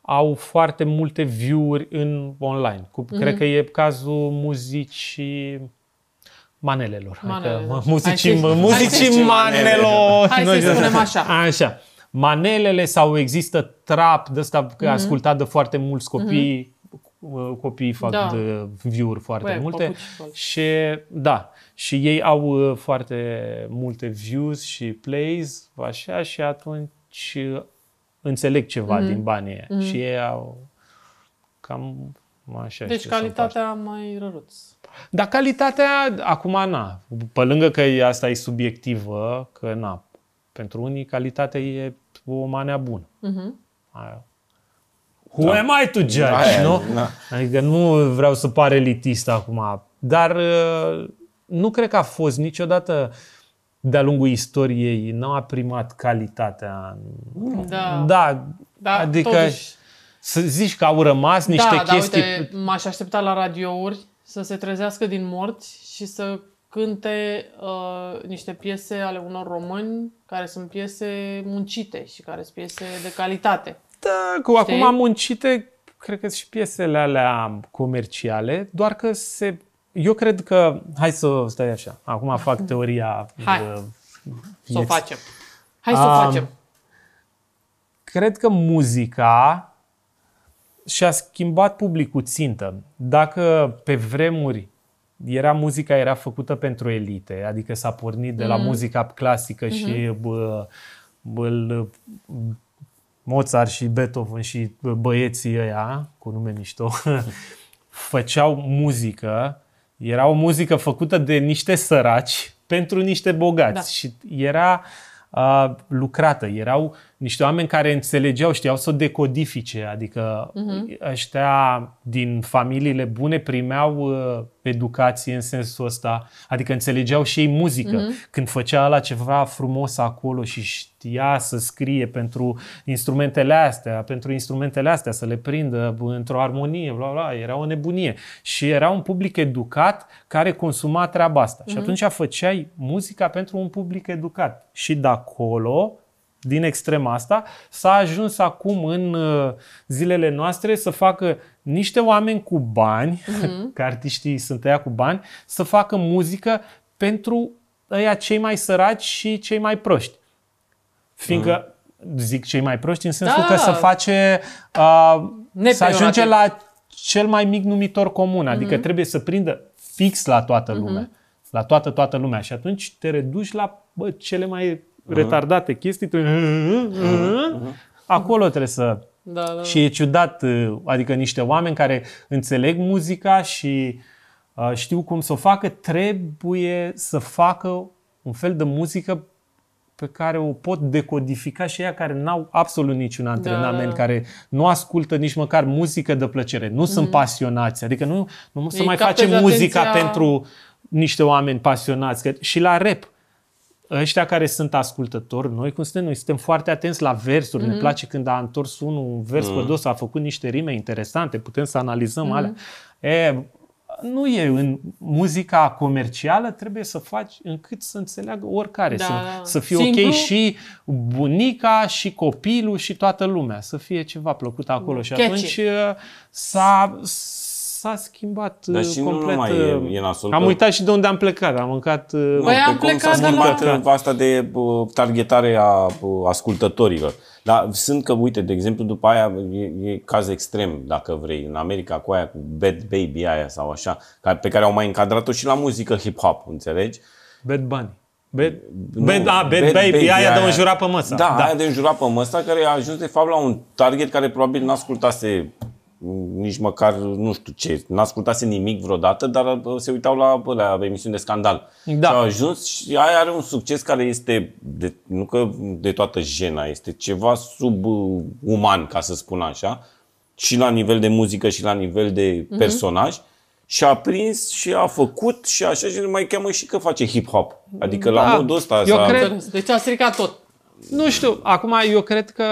au foarte multe view-uri în online. Cu,
Mhm.
mm-hmm. Cred că e cazul muzicii manelelor.
Manelelor.
Adică, mă, muzicii,
Hai să-
mă,
hai să-
muzicii manelelor.
Hai să-i
Păi Noi-
spunem așa.
Așa. Manelele sau există trap de ăsta
Mhm.
mm-hmm. ascultat de foarte mulți copii. Mm-hmm. Copiii fac
Da.
da. view-uri foarte
Băi,
multe.
păpuci acolo.
Și da, și ei au uh, foarte multe views și plays, așa, și atunci uh, înțeleg ceva
Mhm.
mm-hmm. din banii mm-hmm. și ei au cam așa.
Deci
știu să împartă.
calitatea mai răruț.
Dar calitatea, acum, na, pe lângă că e- asta e
Mhm.
subiectivă, că na, pentru unii calitatea e o manea bună. Mm-hmm. Aia. Who da. am I to judge, Aia, nu?
da.
Adică nu vreau să par elitist acum, dar uh, nu cred că a fost niciodată de-a lungul istoriei, n-a primat calitatea.
Da.
Da,
Da,
adică
totuși.
să zici că au rămas niște
da,
chestii...
Da, uite, m-aș aștepta la radiouri să se trezească din morți și să cânte uh, niște piese ale unor români care sunt piese muncite și care sunt piese de calitate.
Da, că acum am muncite, cred că și piesele alea comerciale, doar că se... Eu cred că... Hai să stai așa. Acum fac teoria...
Hai.
uh,
Să o
vieții.
facem. Hai să o
Am-
facem.
cred că muzica și-a schimbat publicul țintă. Dacă pe vremuri era muzica era făcută pentru elite, adică s-a pornit de la muzica clasică și bă, bă, Mozart și Beethoven și bă, băieții ăia, cu nume mișto, făceau muzică, era o muzică făcută de niște săraci pentru niște bogați
Da.
și era uh, lucrată, erau niște oameni care înțelegeau, știau să o decodifice, adică uh-huh. ăștia din familiile bune primeau uh, educație în sensul ăsta, adică înțelegeau și ei muzică. Uh-huh. Când făcea ăla ceva frumos acolo și știa să scrie pentru instrumentele astea, pentru instrumentele astea, să le prindă într-o armonie, bla bla, era o nebunie. Și era un public educat care consuma treaba asta. Mm-hmm. Și atunci făceai muzica pentru un public educat. Și de acolo, din extrema asta, s-a ajuns acum în uh, zilele noastre să facă niște oameni cu bani, mm-hmm. că artiștii sunt ăia cu bani, să facă muzică pentru ăia cei mai săraci și cei mai proști. Fiindcă, zic cei mai proști, în sensul
Mm. Da.
că să face, uh, să
Nepeiorativ.
ajunge la cel mai mic numitor comun.
Mm-hmm.
Adică trebuie să prindă fix la toată lumea. La toată, toată lumea. Și atunci te reduci la bă, cele mai retardate chestii. Trebuie... Acolo trebuie să...
Da, da, da.
Și e ciudat, uh, adică niște oameni care înțeleg muzica și uh, știu cum să o facă, trebuie să facă un fel de muzică pe care o pot decodifica și ea care n-au absolut niciun antrenament,
da.
care nu ascultă nici măcar muzică de plăcere, nu sunt pasionați, adică nu, nu să
Ei
mai
Mhm. captează
facem muzica
atenția-
pentru niște oameni pasionați. Că și la rap, ăștia care sunt ascultători, noi cum suntem? Noi suntem foarte atenți la versuri. Mm-hmm.
Mhm.
Ne place când a întors unul un vers
Mhm.
mm-hmm. pe dos, a făcut niște rime interesante, putem să analizăm mm-hmm.
Mhm.
alea. E, nu e în muzica comercială, trebuie să faci încât să înțeleagă oricare,
Da,
să,
da.
să fie
Simplu.
ok și bunica și copilul și toată lumea, să fie ceva plăcut acolo. Și
Catchy.
atunci e, s-a, s-a schimbat
Dar
e,
și nu
complet.
numai e-
e,
e nasol
am
că-
uitat și de unde am plecat. Am mâncat uh, e,
Păi am
pe cum s-a
plecat de
schimbat
la-
uh, asta de bă, targetare a bă, ascultătorilor. Dar sunt că, uite, de exemplu, după aia e, e caz extrem, dacă vrei, în America cu aia, cu Bad Baby aia sau așa, ca- pe care au mai încadrat-o și la muzică hip-hop, înțelegi?
Bad Bunny. Bad,
Nu,
bad, a, bad, bad baby, baby, aia, de înjura pe măsa.
Da, da, aia de înjurat pe măsa, care a ajuns de fapt la un target care probabil n-ascultase m, nici măcar, nu știu ce, n-ascultase nimic vreodată, dar bă, se uitau la, bă, la emisiuni de scandal.
Da.
Și a ajuns și aia are un succes care este, de, nu că de toată jena, este ceva subuman, ca să spun așa, și la nivel de muzică și la nivel de
Mhm.
personaj. Și a prins și a făcut și așa și îl mai cheamă și că face hip-hop. Adică la
Da.
modul ăsta.
Eu
s-a-
cred-
Înțeles. Deci a stricat tot.
Nu știu, acum eu cred că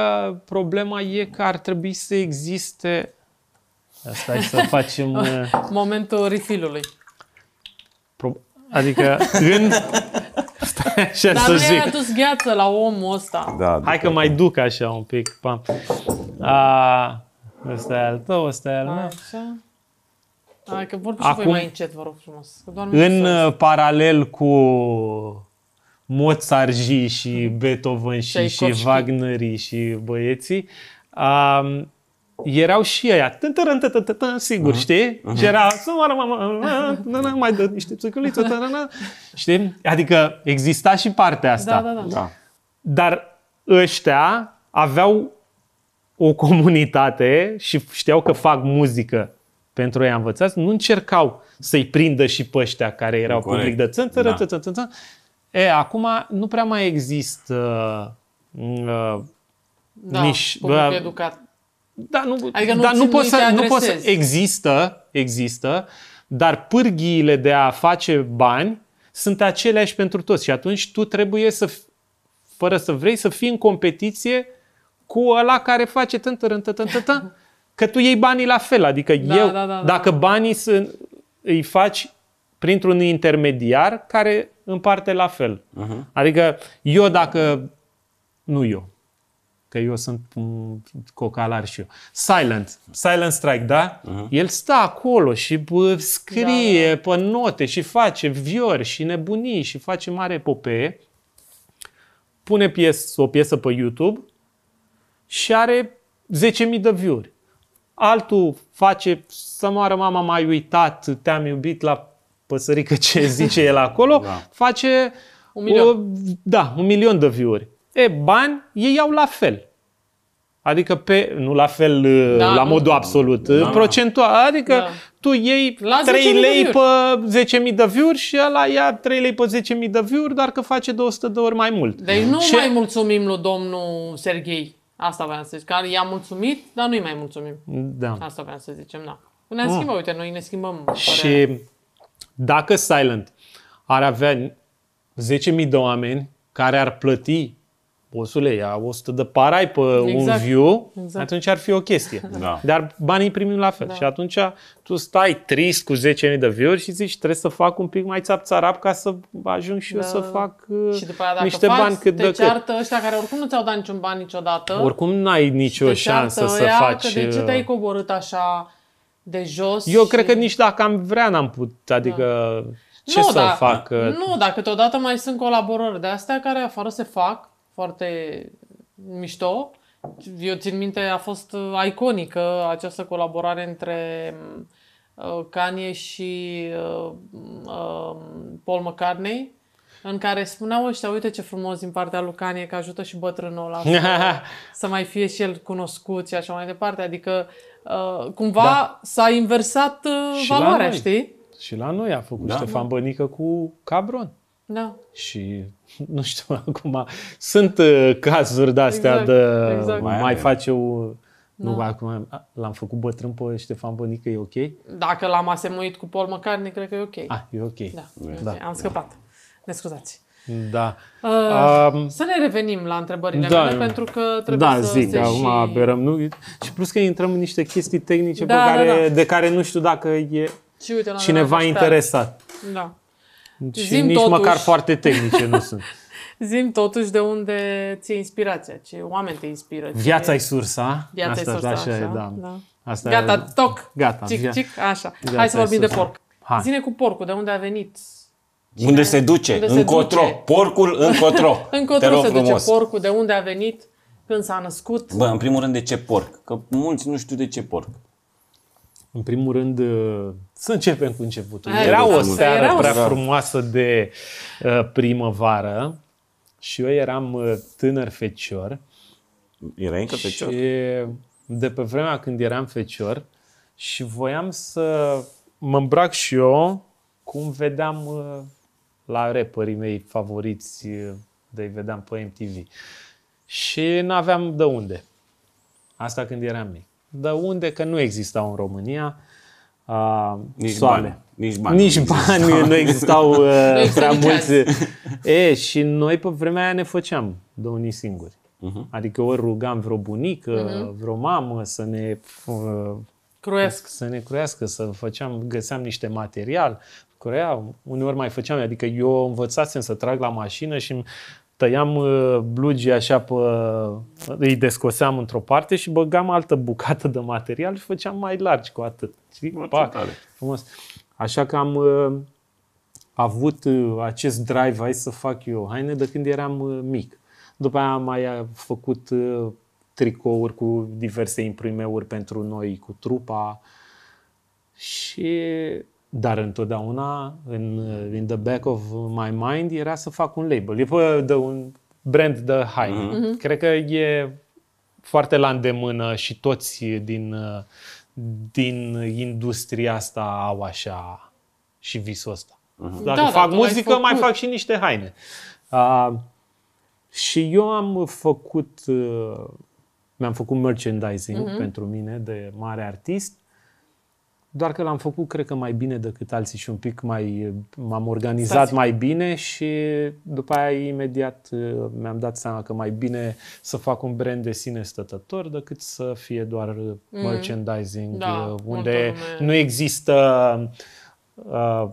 problema e că ar trebui să existe... Asta e să facem... uh,
Momentul refilului.
pro- Adică în... Stai așa
Dar
să
nu
zic.
i-ai adus gheață la omul ăsta.
Da,
Hai că mai duc așa un pic. Pam. A, ăsta e al tău, ăsta e al meu.
Așa. Hai că vorbiți și
Da. Acum-
voi mai încet, vă rog frumos. Că doar nu
În
se-
uh, paralel cu Mozart G și Beethoven și, și
Tchaikovsky.
Wagnerii și băieții, um, erau și ăia, tântărân, tătătătăn, sigur, știi? Și era, să moară mama, na, na, mai dă niște țuculiță, na, na, na. știi? Adică exista și partea asta.
Da, da, da.
Da.
Dar ăștia aveau o comunitate și știau că fac muzică pentru ei învățați, nu încercau să-i prindă și pe ăștia care erau
Corect.
public de țânțără,
Da.
da. țânțără. E, acum nu prea mai există uh,
Da,
Nici-
public
bă,
educat.
Dar nu,
Adică nu
dar nu
ți-
poți
nu-i
să,
te
nu poți să...
adresezi.
Există, există, dar pârghiile de a face bani sunt aceleași pentru toți și atunci tu trebuie să, f- fără să vrei, să fii în competiție cu ăla care face tân, tân, tân, tân, tân, tân, că tu iei banii la fel. Adică
Da,
eu,
da, da, da.
dacă banii sunt, îi faci printr-un intermediar care împarte la fel. Uh-huh. Adică eu dacă, nu eu, că eu sunt un cocalar și eu. Silent. Silent Strike, da? Uh-huh. El stă acolo și bă, scrie da, pe note și face viori și nebunii și face mare epopee. Pune pies, o piesă pe YouTube și are 10.000 de view-uri. Altul face să moară mama, m-ai uitat, te-am iubit la păsărică ce zice el acolo,
Da.
face
Un milion.
O, da, un milion de view-uri. E, bani ei iau la fel. Adică pe, nu la fel da,
Da,
la
nu.
modul absolut,
Da.
da. procentual. Adică da.
Da.
tu iei
La
3
10.000 de
lei
view-uri.
pe 10.000 de view-uri și ăla ia 3 lei pe 10.000 de view-uri, dar că face 200 de ori mai mult.
Deci nu
Și-
mai mulțumim lui domnul Serghei. Asta vreau să zic. Că i-am mulțumit, dar nu-i mai mulțumim.
Da. Ah.
Asta vreau să zicem, da. Ne-am schimbat, uite, noi ne schimbăm părerea.
Și dacă Silent ar avea 10.000 de oameni care ar plăti Bosule, ia 100 de parai pe un
Exact.
view,
Exact. Da.
atunci ar fi o chestie.
Da.
Dar banii îi primim la fel. Și atunci tu stai trist cu 10.000 de view-uri și zici trebuie să fac un pic mai țap țarap ca să ajung și eu
Da.
să fac uh,
Și după aia dacă
niște
faci,
bani cât
te
de cât.
ceartă ăștia care oricum nu ți-au dat niciun ban niciodată.
Oricum n-ai nicio
te
șansă
ceartă
să
ea,
faci...
Că de ce
uh,
te-ai coborât așa de jos?
Eu
și- Da.
cred că nici dacă am vrea n-am putut, adică ce
nu,
să
dar-
fac? uh, că-
Nu, dar câteodată mai sunt colaborări de astea care afară se fac foarte mișto. Eu țin minte, a fost uh, iconică această colaborare între m, uh, Kanye și uh, m, uh, Paul McCartney, în care spuneau ăștia, uite ce frumos din partea lui Kanye, că ajută și bătrânul ăla să, să mai fie și el cunoscut și așa mai departe. Adică, uh, cumva
Da.
s-a inversat uh,
Și la
valoarea,
noi.
știi?
Și la noi a făcut da,
Da,
Ștefan Bănică cu Cabron.
Da.
Și nu știu acum, sunt uh, cazuri de-astea
Exact,
de
exact. Da.
mai,
Mai
mai
avem.
face o... Nu, acum l-am făcut bătrân pe Ștefan Bănică, e ok?
Dacă l-am asemuit cu Paul McCartney, cred că e ok.
Ah, e ok.
Da,
Da.
da. am scăpat. Ne scuzați.
da.
Uh,
Um,
să ne revenim la întrebările
da.
da, mele, pentru că trebuie
da,
să
zic,
se
acum
și...
aberăm. Nu? Și plus că intrăm în niște chestii tehnice
Da,
pe
da,
care,
da.
de care nu știu dacă e
și uite, la
cineva
noi am
interesat.
așteptat. Da.
Și
Zim
nici
totuși.
măcar foarte tehnice nu sunt.
Zim totuși de unde ție inspirația, ce oameni te inspiră. Ce...
Viața e sursa.
Viața
Asta,
e sursa,
așa e,
așa,
da.
da.
Asta
Gata,
e,
toc.
Gata,
Cic,
via-
cic, așa.
viața
Hai să
e
vorbim de
sursa.
porc.
Hai.
Zine cu porcul, de unde a venit?
Unde se duce?
Unde se
încotro.
duce?
Porcul încotro. Te
Încotro
rog
se
frumos.
duce porcul, de unde a venit, când s-a născut.
Bă, în primul rând de ce porc? Că mulți nu știu de ce porc.
În primul rând, uh, să începem cu începutul.
Hai,
Era o
frumos.
seară
Era o
prea
seară.
frumoasă de uh, primăvară și eu eram uh, tânăr fecior
Erai încă pe
și
ce?
de pe vremea când eram fecior și voiam să mă îmbrac și eu cum vedeam uh, la rapperii mei favoriți uh, de-i vedeam pe MTV. Și n-aveam de unde. Asta când eram mic. De unde? Că nu existau în România uh,
Nici
soale.
bani. Nici bani.
Nici
Nu
bani nu existau uh,
exista
prea
nici
mulți. E, și noi pe vremea aia ne făceam de unii singuri. Uh-huh. Adică ori rugam vreo bunică, uh-huh. vreo mamă să ne uh,
Cruiesc.
să ne croiască, să făceam, găseam niște material, croiam, uneori mai făceam, adică eu învățasem să trag la mașină și îmi tăiam uh, blugii așa pe, îi descoseam într-o parte și băgam altă bucată de material și făceam mai largi cu atât. Știi? Pac,
tare.
frumos. Așa că am uh, avut uh, acest drive, hai să fac eu haine de când eram uh, mic. După aia am mai uh, făcut uh, tricouri cu diverse imprimeuri pentru noi, cu trupa. Și, dar întotdeauna, în, uh, in the back of my mind, era să fac un label. E pe- de un brand de haine.
Mhm.
Mm-hmm. Cred că e foarte la îndemână și toți din, uh, din industria asta au așa și visul ăsta. Mm-hmm. Dacă
Da,
da,
da,
fac
tu l-ai
muzică, mai
făcut.
fac și niște Ah, haine. Uh, și eu am făcut uh, Mi-am făcut merchandising
Mhm.
mm-hmm. pentru mine de mare artist. Doar că l-am făcut, cred că, mai bine decât alții și un pic mai... M-am organizat
Stați.
mai bine și după aia imediat uh, mi-am dat seama că mai bine să fac un brand de sine stătător decât să fie doar uh, merchandising
Mhm. Da,
uh,
multă
unde
lume.
nu există uh,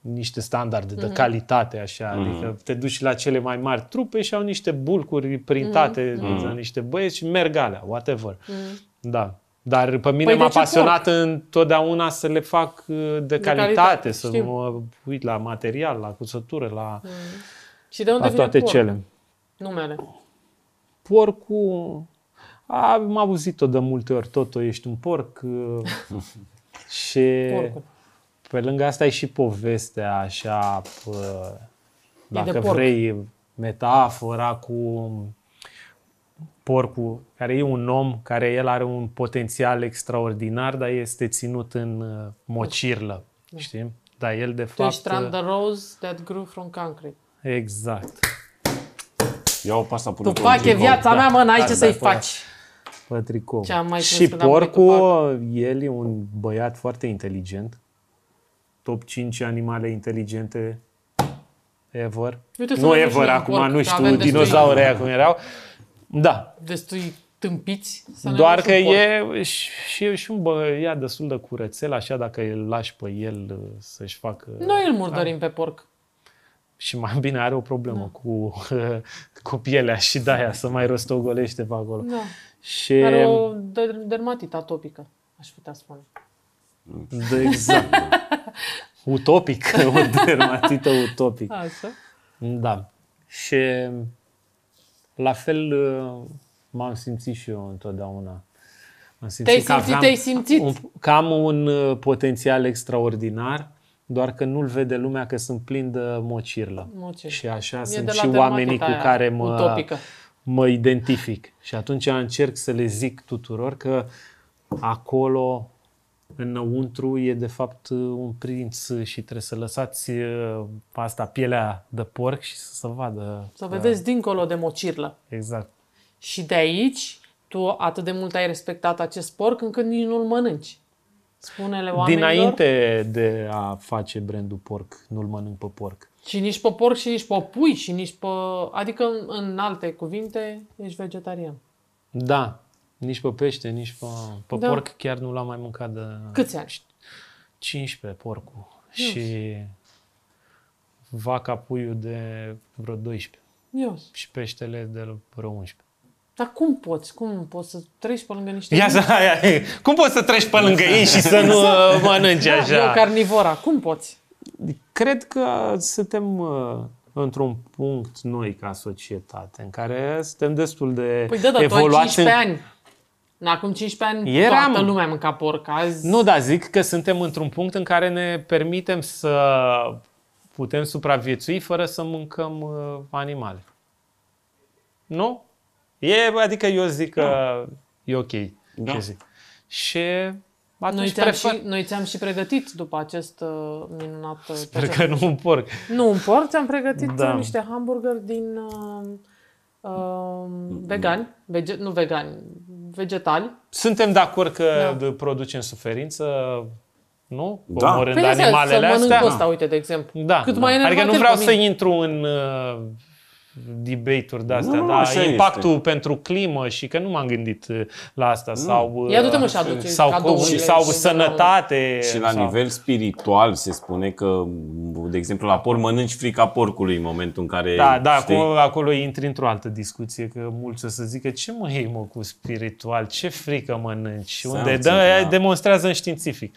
niște standarde
Mhm.
de calitate așa, adică te duci la cele mai mari trupe și au niște bulcuri printate
Mhm.
de la niște băieți și merg alea, whatever. Da. Dar pe mine
Păi de
m-a
ce
pasionat întotdeauna să le fac uh, de, de calitate,
calitate,
să
știu.
mă uit la material, la cuțătură, la,
Și de unde
la
vine
toate
porc?
cele.
Numele.
Porcul, a, am auzit-o de multe ori, tot o ești un porc. uh, și
Porcul.
pe lângă asta e și povestea așa, pă,
de
dacă
porc.
vrei, metafora cu porcul, care e un om care el are un potențial extraordinar, dar este ținut în uh, mocirlă, știi? Dar el de
Da. Tu
fapt... uh,
ești trying the rose that grew from concrete.
Exact.
Iau pasta până
Tu faci viața mea, mă, n-ai
Da,
ce
da,
să-i
fără-
faci.
Pe tricou.
Ce am mai
și
prins când am venit cu
porcul, el e un băiat foarte inteligent. Top 5 animale inteligente ever.
Uite să
nu
mai luăm
ever
și noi un
acum,
porc,
nu
că
știu,
avem destui.
dinozauri aia cum erau. Da,
Destui tâmpiți să ne
doar
luăm
că
un porc.
e și, e și un băiat destul de curățel, așa dacă îl lași pe el uh, să-și facă...
Noi îl murdărim
Da.
pe porc.
Și mai bine are o problemă cu, cu pielea și de-aia să mai rostogolește pe acolo.
Da.
Și...
Are o de- dermatită atopică, aș putea spune.
Da, exact. utopic, o dermatită utopic.
Așa.
Da. Și la fel uh, m-am simțit și eu întotdeauna. M-am simțit
Te-ai
că
simțit,
aveam
te-ai simțit.
Un, că am un uh, potențial extraordinar, doar că nu-l vede lumea că sunt plin de mocirlă.
Mocirlă.
Și așa
E
sunt
de la
și oamenii cu
dermatita aia,
care mă,
utopică.
mă identific. Și atunci încerc să le zic tuturor că acolo, înăuntru, e de fapt uh, un prinț și trebuie să lăsați uh, asta, pielea de porc și să se vadă.
Să vedeți dincolo de mocirlă.
Exact.
Și de aici, tu atât de mult ai respectat acest porc încât nici nu-l mănânci. Spune-le oamenilor.
Dinainte de a face brandul porc, nu-l mănânc pe porc.
Și nici pe porc, și nici pe pui, și nici pe... Adică, în, în alte cuvinte, ești vegetarian.
Da, nici pe pește, nici pe, pe
Da.
da. porc chiar nu l-am mai mâncat de
Câți ani?
15 porcul și vaca puiul de vreo 12
Eu.
și peștele de vreo 11.
Dar cum poți? Cum poți să treci pe lângă niște...
Ia să, hai, hai. Cum poți să treci pe lângă ei și să nu mănânci
Da, Eu,
așa?
carnivora, cum poți?
Cred că suntem uh, într-un punct noi ca societate în care suntem destul de
Păi da, da, tu ai
evoluați.
15
în-
ani. În acum 15 ani
Eram.
toată lumea mânca porc. Azi...
Nu, dar zic că suntem într-un punct în care ne permitem să putem supraviețui fără să mâncăm uh, animale. Nu? E, adică eu zic că e ok
Da.
ce zic. Și atunci
Noi ți-am,
prefer...
și, noi ți-am și pregătit după acest uh, minunat... uh,
Sper
peceat.
că nu un porc.
Nu un porc, ți-am pregătit
Da.
da. niște hamburger din uh, uh, vegani, vege- nu vegani, vegetali.
Suntem de acord că
Da.
da. producem suferință, nu?
Da.
Omorând
Păi să, să
animalele
mănânc
astea.
ăsta, uite, de exemplu.
Da.
Cât
da.
mai enervant
adică nu
el
vreau
pe
să
mine.
intru în uh, debate-uri de astea,
Nu, nu, așa
dar impactul
este. Mm.
pentru climă și că nu m-am gândit uh, la asta sau uh,
Ia du-te mă și aduce
sau, cu,
cadourile
sau
și-
sănătate
Și la
sau...
nivel spiritual se spune că, de exemplu, la porc mănânci frica porcului în momentul în care
Da, da,
știi,
acolo, acolo intri într-o altă discuție, că mulți o să zică ce mă iei mă cu spiritual, ce frică mănânci, unde
înțeleg,
da,
da.
demonstrează în științific.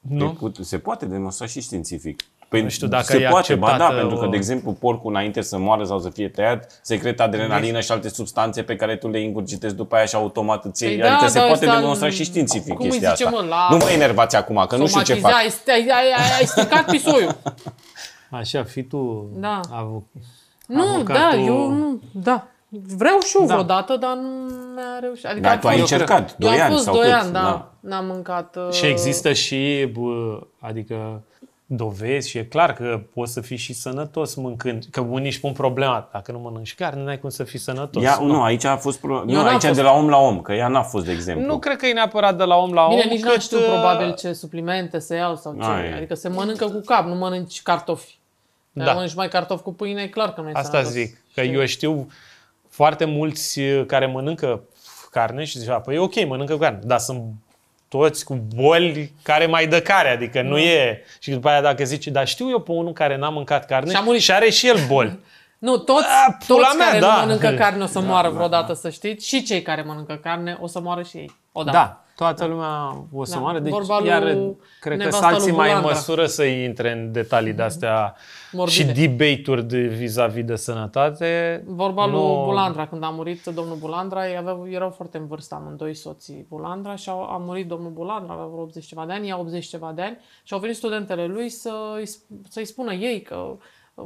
nu?
Nu?
se poate demonstra și științific. Păi nu
știu dacă
se
e
poate, ba da,
acceptată
pentru că,
o-
de exemplu, porcul înainte să moară sau să fie tăiat, secretă adrenalină și alte substanțe pe care tu le ingurgitezi după aia și automat îți iei.
Păi da,
adică se
dar
poate
ăsta-
demonstra și științific
cum îi
chestia
zice,
asta.
mă, la-
Nu mă enervați acum, că nu știu ce
Somatiza,
fac.
Ai, ai, ai, ai stricat pisoiul.
Așa, fi tu
Da.
avoc...
nu, da,
avocatul-
eu nu, da. Vreau și eu
Da.
vreodată, dar nu mi-a reușit. Adică
Dar
am
Da, tu ai
fost-
încercat,
Eu
2
am
ani
fost
sau da.
doi da.
cât?
uh, ani, da. N-am mâncat... uh,
Și există și, bă, adică dovezi și e clar că poți să fii și sănătos mâncând. Că unii își pun problema, dacă nu mănânci carne, n-ai cum să fii sănătos.
Ea, nu, aici a fost, pro... nu,
n-am
aici
fost.
de la om la om, că ea n-a fost de exemplu.
Nu cred că e neapărat de la om la om.
Bine, nici
cât,
nu știu
uh,
probabil ce suplimente să iau sau ce.
Aia e.
Adică se mănâncă cu cap, nu mănânci cartofi. Da.
Da.
mănânci mai cartofi cu pâine, e clar că nu e
Asta
sănătos.
zic. Că
Știi?
eu știu foarte mulți uh, care mănâncă carne și zic, "A, păi ok, mănâncă carne, dar sunt toți cu boli care mai dă care, adică
Da.
nu e. Și după aia dacă zici, dar știu eu pe unul care n-a mâncat carne
Și a murit."
și are și el boli.
Nu, toți,
A, pula
toți
mea,
care
da.
nu mănâncă carne o să moară vreodată, să știți. Și cei care mănâncă carne o să moară și ei.
Da.
Odată.
da. Toată lumea o să
Da.
moară, deci
Vorba lui
iar cred că
nevasta lui
salții mai în
Bulandra.
măsură să intre în detalii de-astea
Morbide.
și debate-uri de vis-a-vis de sănătate.
Vorba
Nu-
lui Bulandra, când a murit domnul Bulandra, ei aveau, erau foarte în vârstă amândoi soții Bulandra și au, a murit domnul Bulandra, avea vreo 80 ceva de ani, ea 80 ceva de ani și au venit studentele lui să-i, sp- să-i spună ei că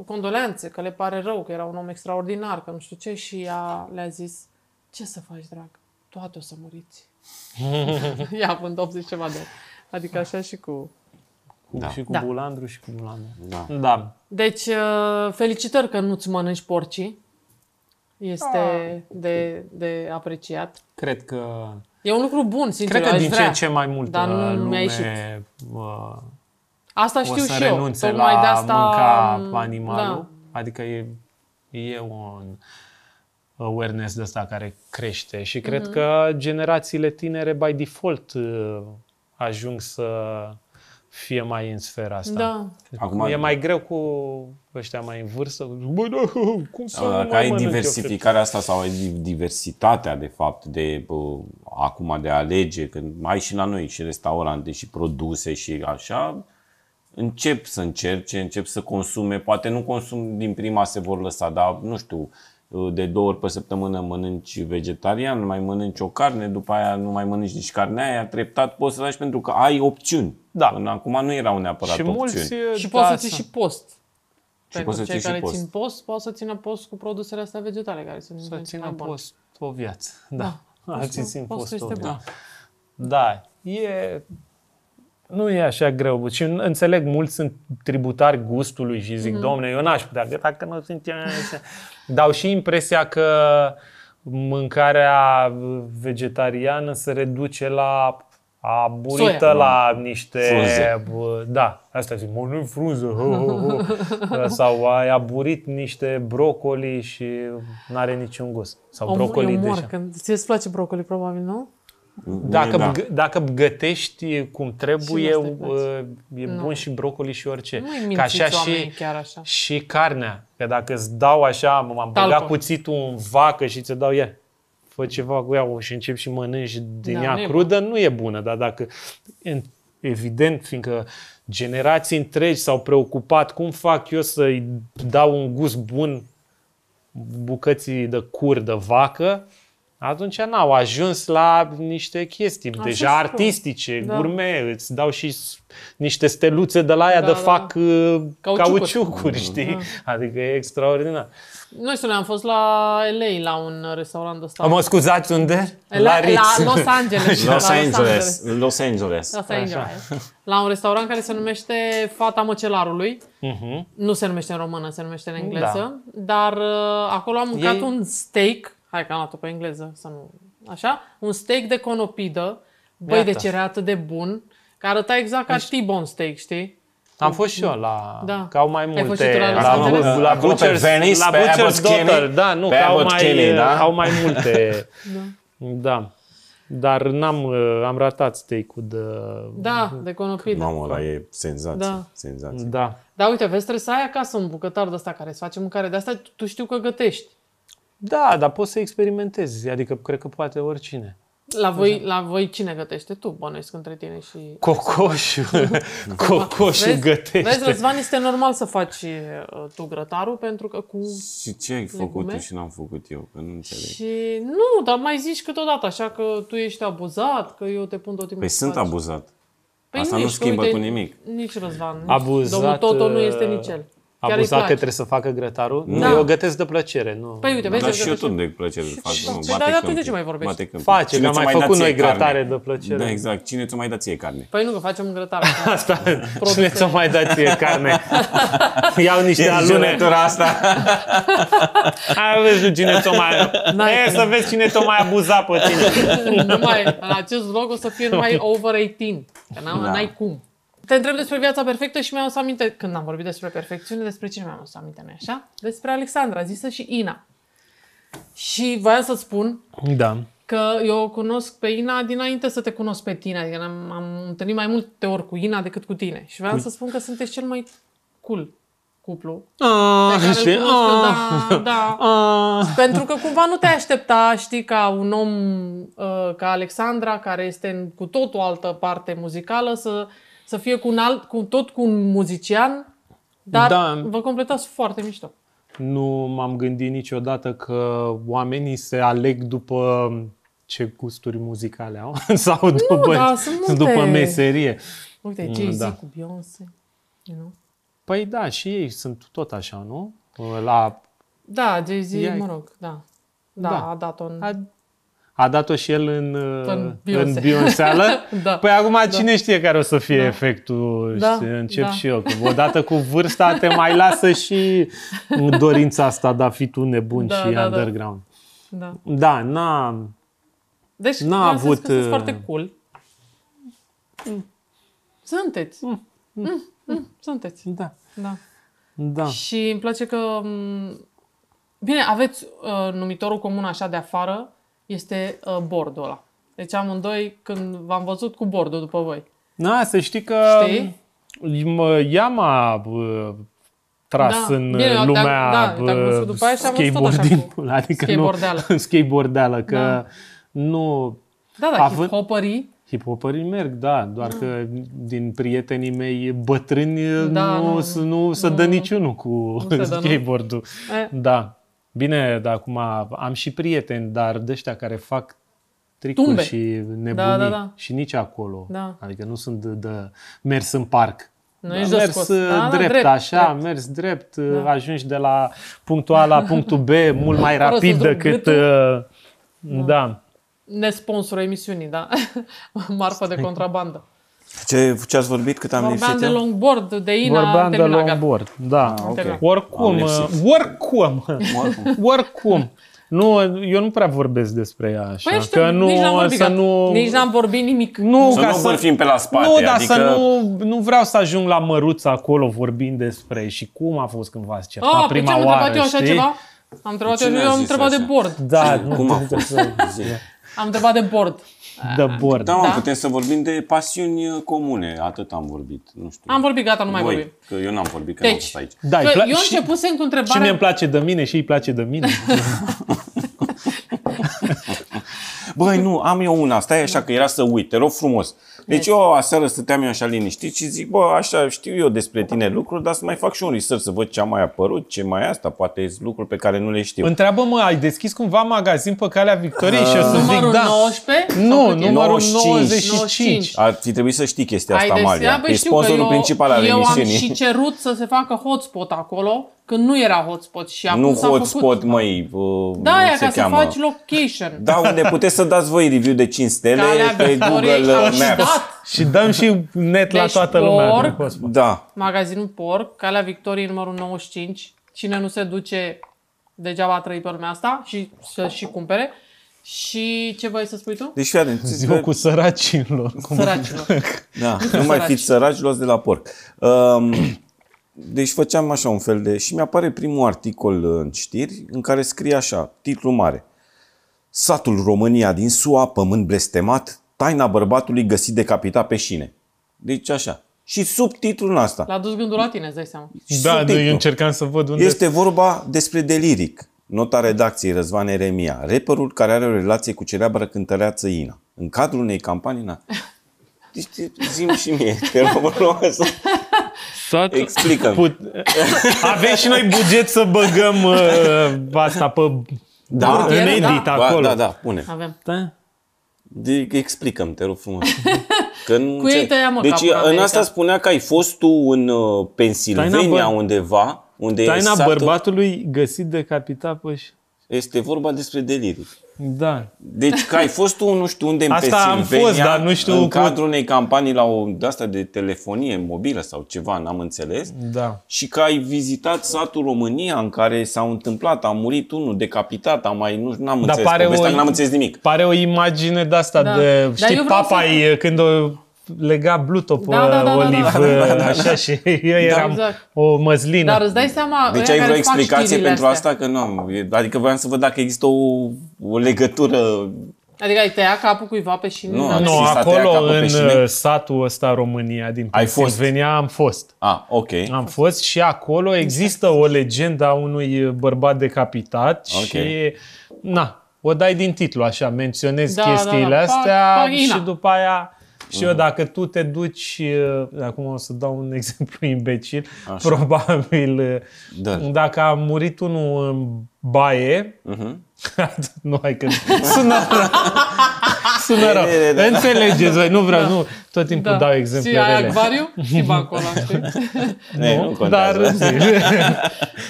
condoleanțe, că le pare rău, că era un om extraordinar, că nu știu ce și ea le-a zis, ce să faci, drag, toate o să muriți. ea având 80 ceva de ani. Adică așa și cu...
Cu,
Da.
Și cu
Da.
Bulandru și cu Bulandru.
Da.
da.
Deci, uh, felicitări că nu-ți mănânci porcii. Este
Ah.
de, de apreciat.
Cred că
E un lucru bun, sincer,
Cred că
aș
din
vrea.
ce în ce mai mult
dar nu mi-a
lume
ieșit.
uh,
Asta
o
știu
să
și eu.
renunțe
Tocmai
la
de asta, um, da.
mânca
m,
animalul. Adică e, e un awareness de ăsta care crește
Mhm.
și cred că generațiile tinere by default uh, ajung să fie mai în sfera asta.
Da.
Acum-
Acum, e mai greu cu ăștia mai în vârstă. Bă, da, cum să nu
Dacă
mai
Ah, ai
mănânc eu
diversificarea asta sau ai di- diversitatea, de fapt, de bă, acum de a alege, când ai și la noi și restaurante și produse și așa, încep să încerce, încep să consume, poate nu consum din prima se vor lăsa, dar nu știu, de două ori pe săptămână mănânci vegetarian, nu mai mănânci o carne, după aia nu mai mănânci nici carnea aia, treptat poți să lași pentru că ai opțiuni.
Da.
Până acum nu erau neapărat
Și
opțiuni.
mulți uh,
Și
da,
poți să ții
să-
și post. Pentru
poți să
cei
ții și
care
post.
țin post, poți să țină post cu produsele astea vegetale care sunt
Să
mai
țină
bune.
post o viață. Da.
Da.
da.
Postul-
Ați țin
postul
postul.
este
da.
bun.
da, e... Nu e așa greu. Și înțeleg, mulți sunt tributari gustului și zic, mm domne, eu n-aș putea, că dacă nu sunt eu... așa." Dau și impresia că mâncarea vegetariană se reduce la aburită
Soia.
la niște...
Frunze.
bă, Da, asta zic, mănânc frunză. Ho, ho, ho. Sau ai aburit niște brocoli și n-are niciun gust. Sau
Omul-
brocoli deci
eu
deja.
mor când... Ție-ți place brocoli, probabil, nu?
Mie
Dacă,
da.
da. dacă gătești cum trebuie, uh,
Și asta-i place.
e nu. bun și brocoli și orice.
Nu-i mințiți
Ca așa
oamenii
și,
chiar așa.
și carnea. Că dacă îți dau așa, m- m-am băgat
Talpă.
cuțitul în vacă și ți-o dau ea, fă ceva cu ea o, și încep și mănânci din
Da,
ea
nu e
crudă, nu e bună. Dar dacă, în- evident, fiindcă generații întregi s-au preocupat cum fac eu să-i dau un gust bun bucății de cur de vacă, atunci n-au ajuns la niște chestii
Așa
deja
spun.
artistice,
Da.
gourmet, îți dau și s- niște steluțe de la aia
Da,
da, de
da,
fac uh,
Cauciucuri. Da.
cauciucuri, știi? Adică e extraordinar.
Noi să am fost la LA, la un restaurant ăsta.
Mă scuzați, unde?
la, la Los Angeles.
Los
Da,
La
Angeles. Los Angeles.
Los Angeles. La un restaurant care se numește Fata Măcelarului.
Uh-huh.
Nu se numește în română, se numește în engleză. Dar uh, acolo am mâncat
Da. Ei-
un steak. Hai că am luat-o pe engleză, să nu... Așa? Un steak de conopidă. Băi,
Iată.
deci era atât de bun. Că arăta exact ca T-bone steak, știi?
Am fost și eu la...
Da.
Da. Că au mai
Ai fost
multe...
și tu la Los
la,
Angeles?
la, la
Acolo pe
Butcher's,
Venice,
la
pe Abbott's
Butcher's Daughter.
Kinney.
Da, nu,
Pe
că au
Abbott's
mai, uh,
Kinney, da?
au mai multe... da. Dar n-am, uh, am ratat steak-ul de... Mhm.
Da, de conopidă.
Mamă, ăla e senzație.
Da.
senzație.
Da.
Dar uite, vezi, trebuie să ai acasă un bucătar de ăsta care îți face mâncare. De asta tu- tu știu că gătești.
Da, dar poți să experimentezi. Adică cred că poate oricine.
La voi, la voi cine gătește? Tu bănuiesc între tine și...
Cocoșul, cocoșul
Vezi? Vezi,
gătește.
Răzvan, este normal să faci uh, tu grătarul pentru că cu...
Și ce ai făcut
Legume?
tu și n-am făcut eu? Că nu înțeleg.
Păi Și nu, dar mai zici câteodată așa că tu ești abuzat, că eu te pun tot timpul
Păi
să
sunt
faci.
abuzat.
Păi
Asta
nu
nu
ești, că
schimbă
uite,
cu nimic.
Nici Răzvan. Nici
Abuzat, uh,
Domnul Toto nu este nici el. Chiar îi
Abuzat că
place.
trebuie să facă grătarul? Nu,
Da.
eu gătesc de plăcere. Nu.
Păi uite, vezi,
Dar
eu
și eu
gătesc-
tot de plăcere să fac.
și-
nu,
și-
bate
dar atunci
câmpii,
ce mai vorbești?
bate câmpii.
Face,
Cine
că am
ți-a
mai
dat
făcut
ție
noi
carne?
grătare de plăcere.
Da, exact. Cine ți-a mai dat ție carne?
Păi nu, că facem un grătar.
Asta, cine ți-o mai dat ție carne? Iau niște alune.
jurătura asta.
Hai vezi tu cine ți-o mai...
N-ai-
E, să vezi cine ți-o mai abuza pe tine.
numai, în acest vlog o să fie numai over 18. Că n-am,
Da.
n-ai cum. Te întreb despre viața perfectă și mi-am adus aminte, când am vorbit despre perfecțiune, despre cine mi-am adus aminte, nu așa? Despre Alexandra, zisă și Ina. Și voiam să spun
Da.
că eu o cunosc pe Ina dinainte să te cunosc pe tine. Adică am, am întâlnit mai multe ori cu Ina decât cu tine. Și vreau să spun că sunteți cel mai cool cuplu. Pe care îl
Ah, și, Ah.
cunosc eu, da, da. Pentru că cumva nu te-ai aștepta, știi, ca un om uh, ca Alexandra, care este în, cu tot o altă parte muzicală, să, să fie cu, un alt, cu tot cu un muzician, dar
Da.
da. vă completați foarte mișto.
Nu m-am gândit niciodată că oamenii se aleg după ce gusturi muzicale au sau după,
da, sunt multe.
după meserie.
Uite,
Mm,
Jay-Z
da.
cu Beyoncé, you know?
Păi da, și ei sunt tot așa, nu? La,
Da, Jay-Z,
Ia-
mă rog, da. Da,
Da.
a dat-o în...
a, a dat-o și el în,
În
în
Beyoncé.
Beyoncé-ală.
Da.
Păi acum cine știe care o să fie efectul?
Da,
știi? Încep
da.
și eu. Că odată cu vârsta te mai lasă și dorința asta de a fi tu nebun
Da,
și
da, da.
underground.
Da.
Da, na,
Deci,
N-a
vreau să zic
avut,
Că sunteți
uh, Mm.
foarte cool. Sunteți. Mm, mm, Sunteți,
da,
da.
da.
Și îmi place că... m, Bine, aveți uh, numitorul comun așa de afară, este uh, bordul ăla. Deci amândoi, când v-am văzut cu bordul după voi.
Na, să știi că
Știi?
mă, ea m-a bă, tras
Da.
în uh,
Bine, eu te-am-
lumea
da, eu te-am cunoscut
bă,
după aia și am văzut tot așa cu
skateboarding-ul, adică
skateboardeală.
nu, skateboardeală, că
Da.
nu,
Da, da,
Având-
Având... hip
hip hoperii merg, da, doar că din prietenii mei bătrâni
Da,
nu,
nu,
s- nu se dă niciunul cu
se dă, nu?
skateboard-ul.
Eh.
Da. Bine, dar acum am și prieteni, dar de ăștia care fac tricuri
Tumbe.
și nebunii
Da, da, da.
și nici acolo.
Da.
Adică nu sunt de, de mers în parc.
Nu
Da,
ești de
mers
scos.
uh,
Da, da,
drept,
drept,
așa,
drept. Da.
mers drept, uh, ajungi de la punctul A la punctul B mult mai
Fără să-ți
rapid
duc
decât...
gâtul.
uh, da.
ne sponsoră emisiunii, da? Marfă de contrabandă.
Ce, ce ați vorbit cât am
Vorbeam
lipsit? da?
de
eu?
longboard, de Ina,
Vorbeam
Vorbeam
de
terminat, gata.
longboard, da.
Ah, ok.
Terminat.
Am
Oricum, uh,
lipsit.
oricum,
Oricum.
oricum. Nu, eu nu prea vorbesc despre ea așa,
Păi
că
știu,
nu,
nici n-am vorbit,
să
gata.
nu...
nici n-am vorbit nimic. Ah,
Nu,
Să
ca
nu bârfim pe la spate.
nu, dar
adică...
să nu, nu vreau să ajung la măruță acolo vorbind despre și cum a fost când v-ați certat
Ah, pe ce
prima
am
oară,
întrebat eu așa
știi?
ceva? Am întrebat eu,
Cine a
eu am
zis
întrebat de
așa?
bord.
Da,
Cum-
nu,
cum a
da,
fost? Zi.
Am întrebat de bord.
de bord.
Da, mă,
Da.
putem să vorbim de pasiuni uh, comune. Atât am vorbit. Nu știu.
Am vorbit, gata, nu mai
Voi,
vorbim.
Că eu n-am vorbit, că
Deci.
n-am fost aici.
Da,
Că
îi pla-
eu
și,
începusem cu
și mie
întrebarea...
îmi place de mine și îi place de mine.
Băi, nu, am eu una, stai așa că era să uit, te rog frumos. Deci eu aseară stăteam eu așa liniștit și zic, bă, așa știu eu despre tine lucruri, dar să mai fac și un research să văd ce a mai apărut, ce mai e asta, poate sunt lucruri pe care nu le știu.
Întreabă-mă, ai deschis cumva magazin pe calea Victoriei și o să zic
Numărul
da.
19?
Nu,
Sau cât e?
numărul
95.
95.
Ar fi trebuit să știi chestia
Ai
asta,
de
Amalia.
seamă?
E
Păi Știu că
sponsorul
eu,
principal al
eu am
emisiunii.
și cerut să se facă hotspot acolo, când nu era hotspot și acum
Nu
s-a făcut.
hotspot, măi, uh,
Da,
cum
aia
se
ca să
cheamă.
faci location.
Da, unde puteți să dați voi review de 5 stele
Calea
pe
Victoriei
Google
am
Maps.
dat
Și dăm și net la
Deci
toată lumea.
porc.
Da.
magazinul Porc, Calea Victoriei numărul 95. Cine nu se duce, degeaba a trăit pe lumea asta și să și cumpere. Și ce vrei să spui tu?
Deci, fii atent.
Ziua cu săracilor. Cum-
Săracilor.
Da, nu mai
săraci.
fiți săraci, luați de la porc. Um, deci făceam așa un fel de... Și mi-apare primul articol uh, în știri în care scrie așa, titlu mare. Satul România din SUA, pământ blestemat, taina bărbatului găsit decapitat pe șine. Deci așa. Și subtitlul ăsta.
L-a dus gândul la tine, îți dai seama.
și
Da,
subtitlul.
eu încercam să văd unde
Este vorba despre deliric. Nota redacției Răzvan Eremia, rapperul care are o relație cu cereabră cântăreață Ina. În cadrul unei campanii... Na... Deci, zim și mie, te rog frumos.
Satul...
Explică.
Put... Avem și noi buget să băgăm uh, asta pe
Da.
în
Portieră,
edit
da.
acolo.
Da, da, da, pune.
Avem.
da.
De, explicăm, te rog frumos. Că nu
Cu ei
înțeleg.
tăia, mă,
Deci
capul
în
America.
asta spunea că ai fost tu în uh, Pennsylvania
Stai, n-am bă-
undeva unde
Taina
satul
bărbatului găsit decapitat păși.
este vorba despre deliriu.
Da.
Deci că ai fost tu, nu știu unde, în
Asta am
Pennsylvania,
fost, dar nu știu
în
cum.
cadrul unei campanii la o de asta de telefonie mobilă sau ceva, n-am înțeles,
Da.
și că ai vizitat satul România în care s-a întâmplat, a murit unul decapitat, a mai, nu știu, n-am
Dar
înțeles,
pare
povestea,
o-
n-am înțeles nimic.
Pare o imagine de asta
Da.
de,
Dar
știi,
eu vreau
papa să... când o lega Bluto pe
Da, da, da, da,
Oliv,
da, da,
așa, și eu eram
Exact.
o măslină.
Dar îți dai seama...
Deci
ăia
ai
care
vreo
fac
explicație
știrile
pentru
astea.
asta? Că nu am. E- Adică voiam să văd dacă există o, o legătură.
Adică ai tăiat capul cuiva pe șine?
Nu,
Da.
nu.
nu,
și s-a tăiat
acolo
capul pe
în
șine.
satul ăsta România din
Ai fost?
Pennsylvania am fost.
A, ok.
Am fost și acolo există o legendă a unui bărbat decapitat
Ok.
și na, o dai din titlu așa, menționezi
Da,
chestiile
da, da.
astea
Fac- fac Ina.
și după aia și eu dacă tu te duci, eh, acum o să dau un exemplu imbecil,
Așa.
probabil eh,
Da.
dacă a murit unul în baie,
Uh-huh.
nu, hai că sună rău. sună rău.
E, e, da.
Înțelegeți voi, nu vreau, nu, tot timpul dau exemple
Da. Și ai
rele.
acvariu și bancul ăla, știi?
Nu, nu contează.
dar zic.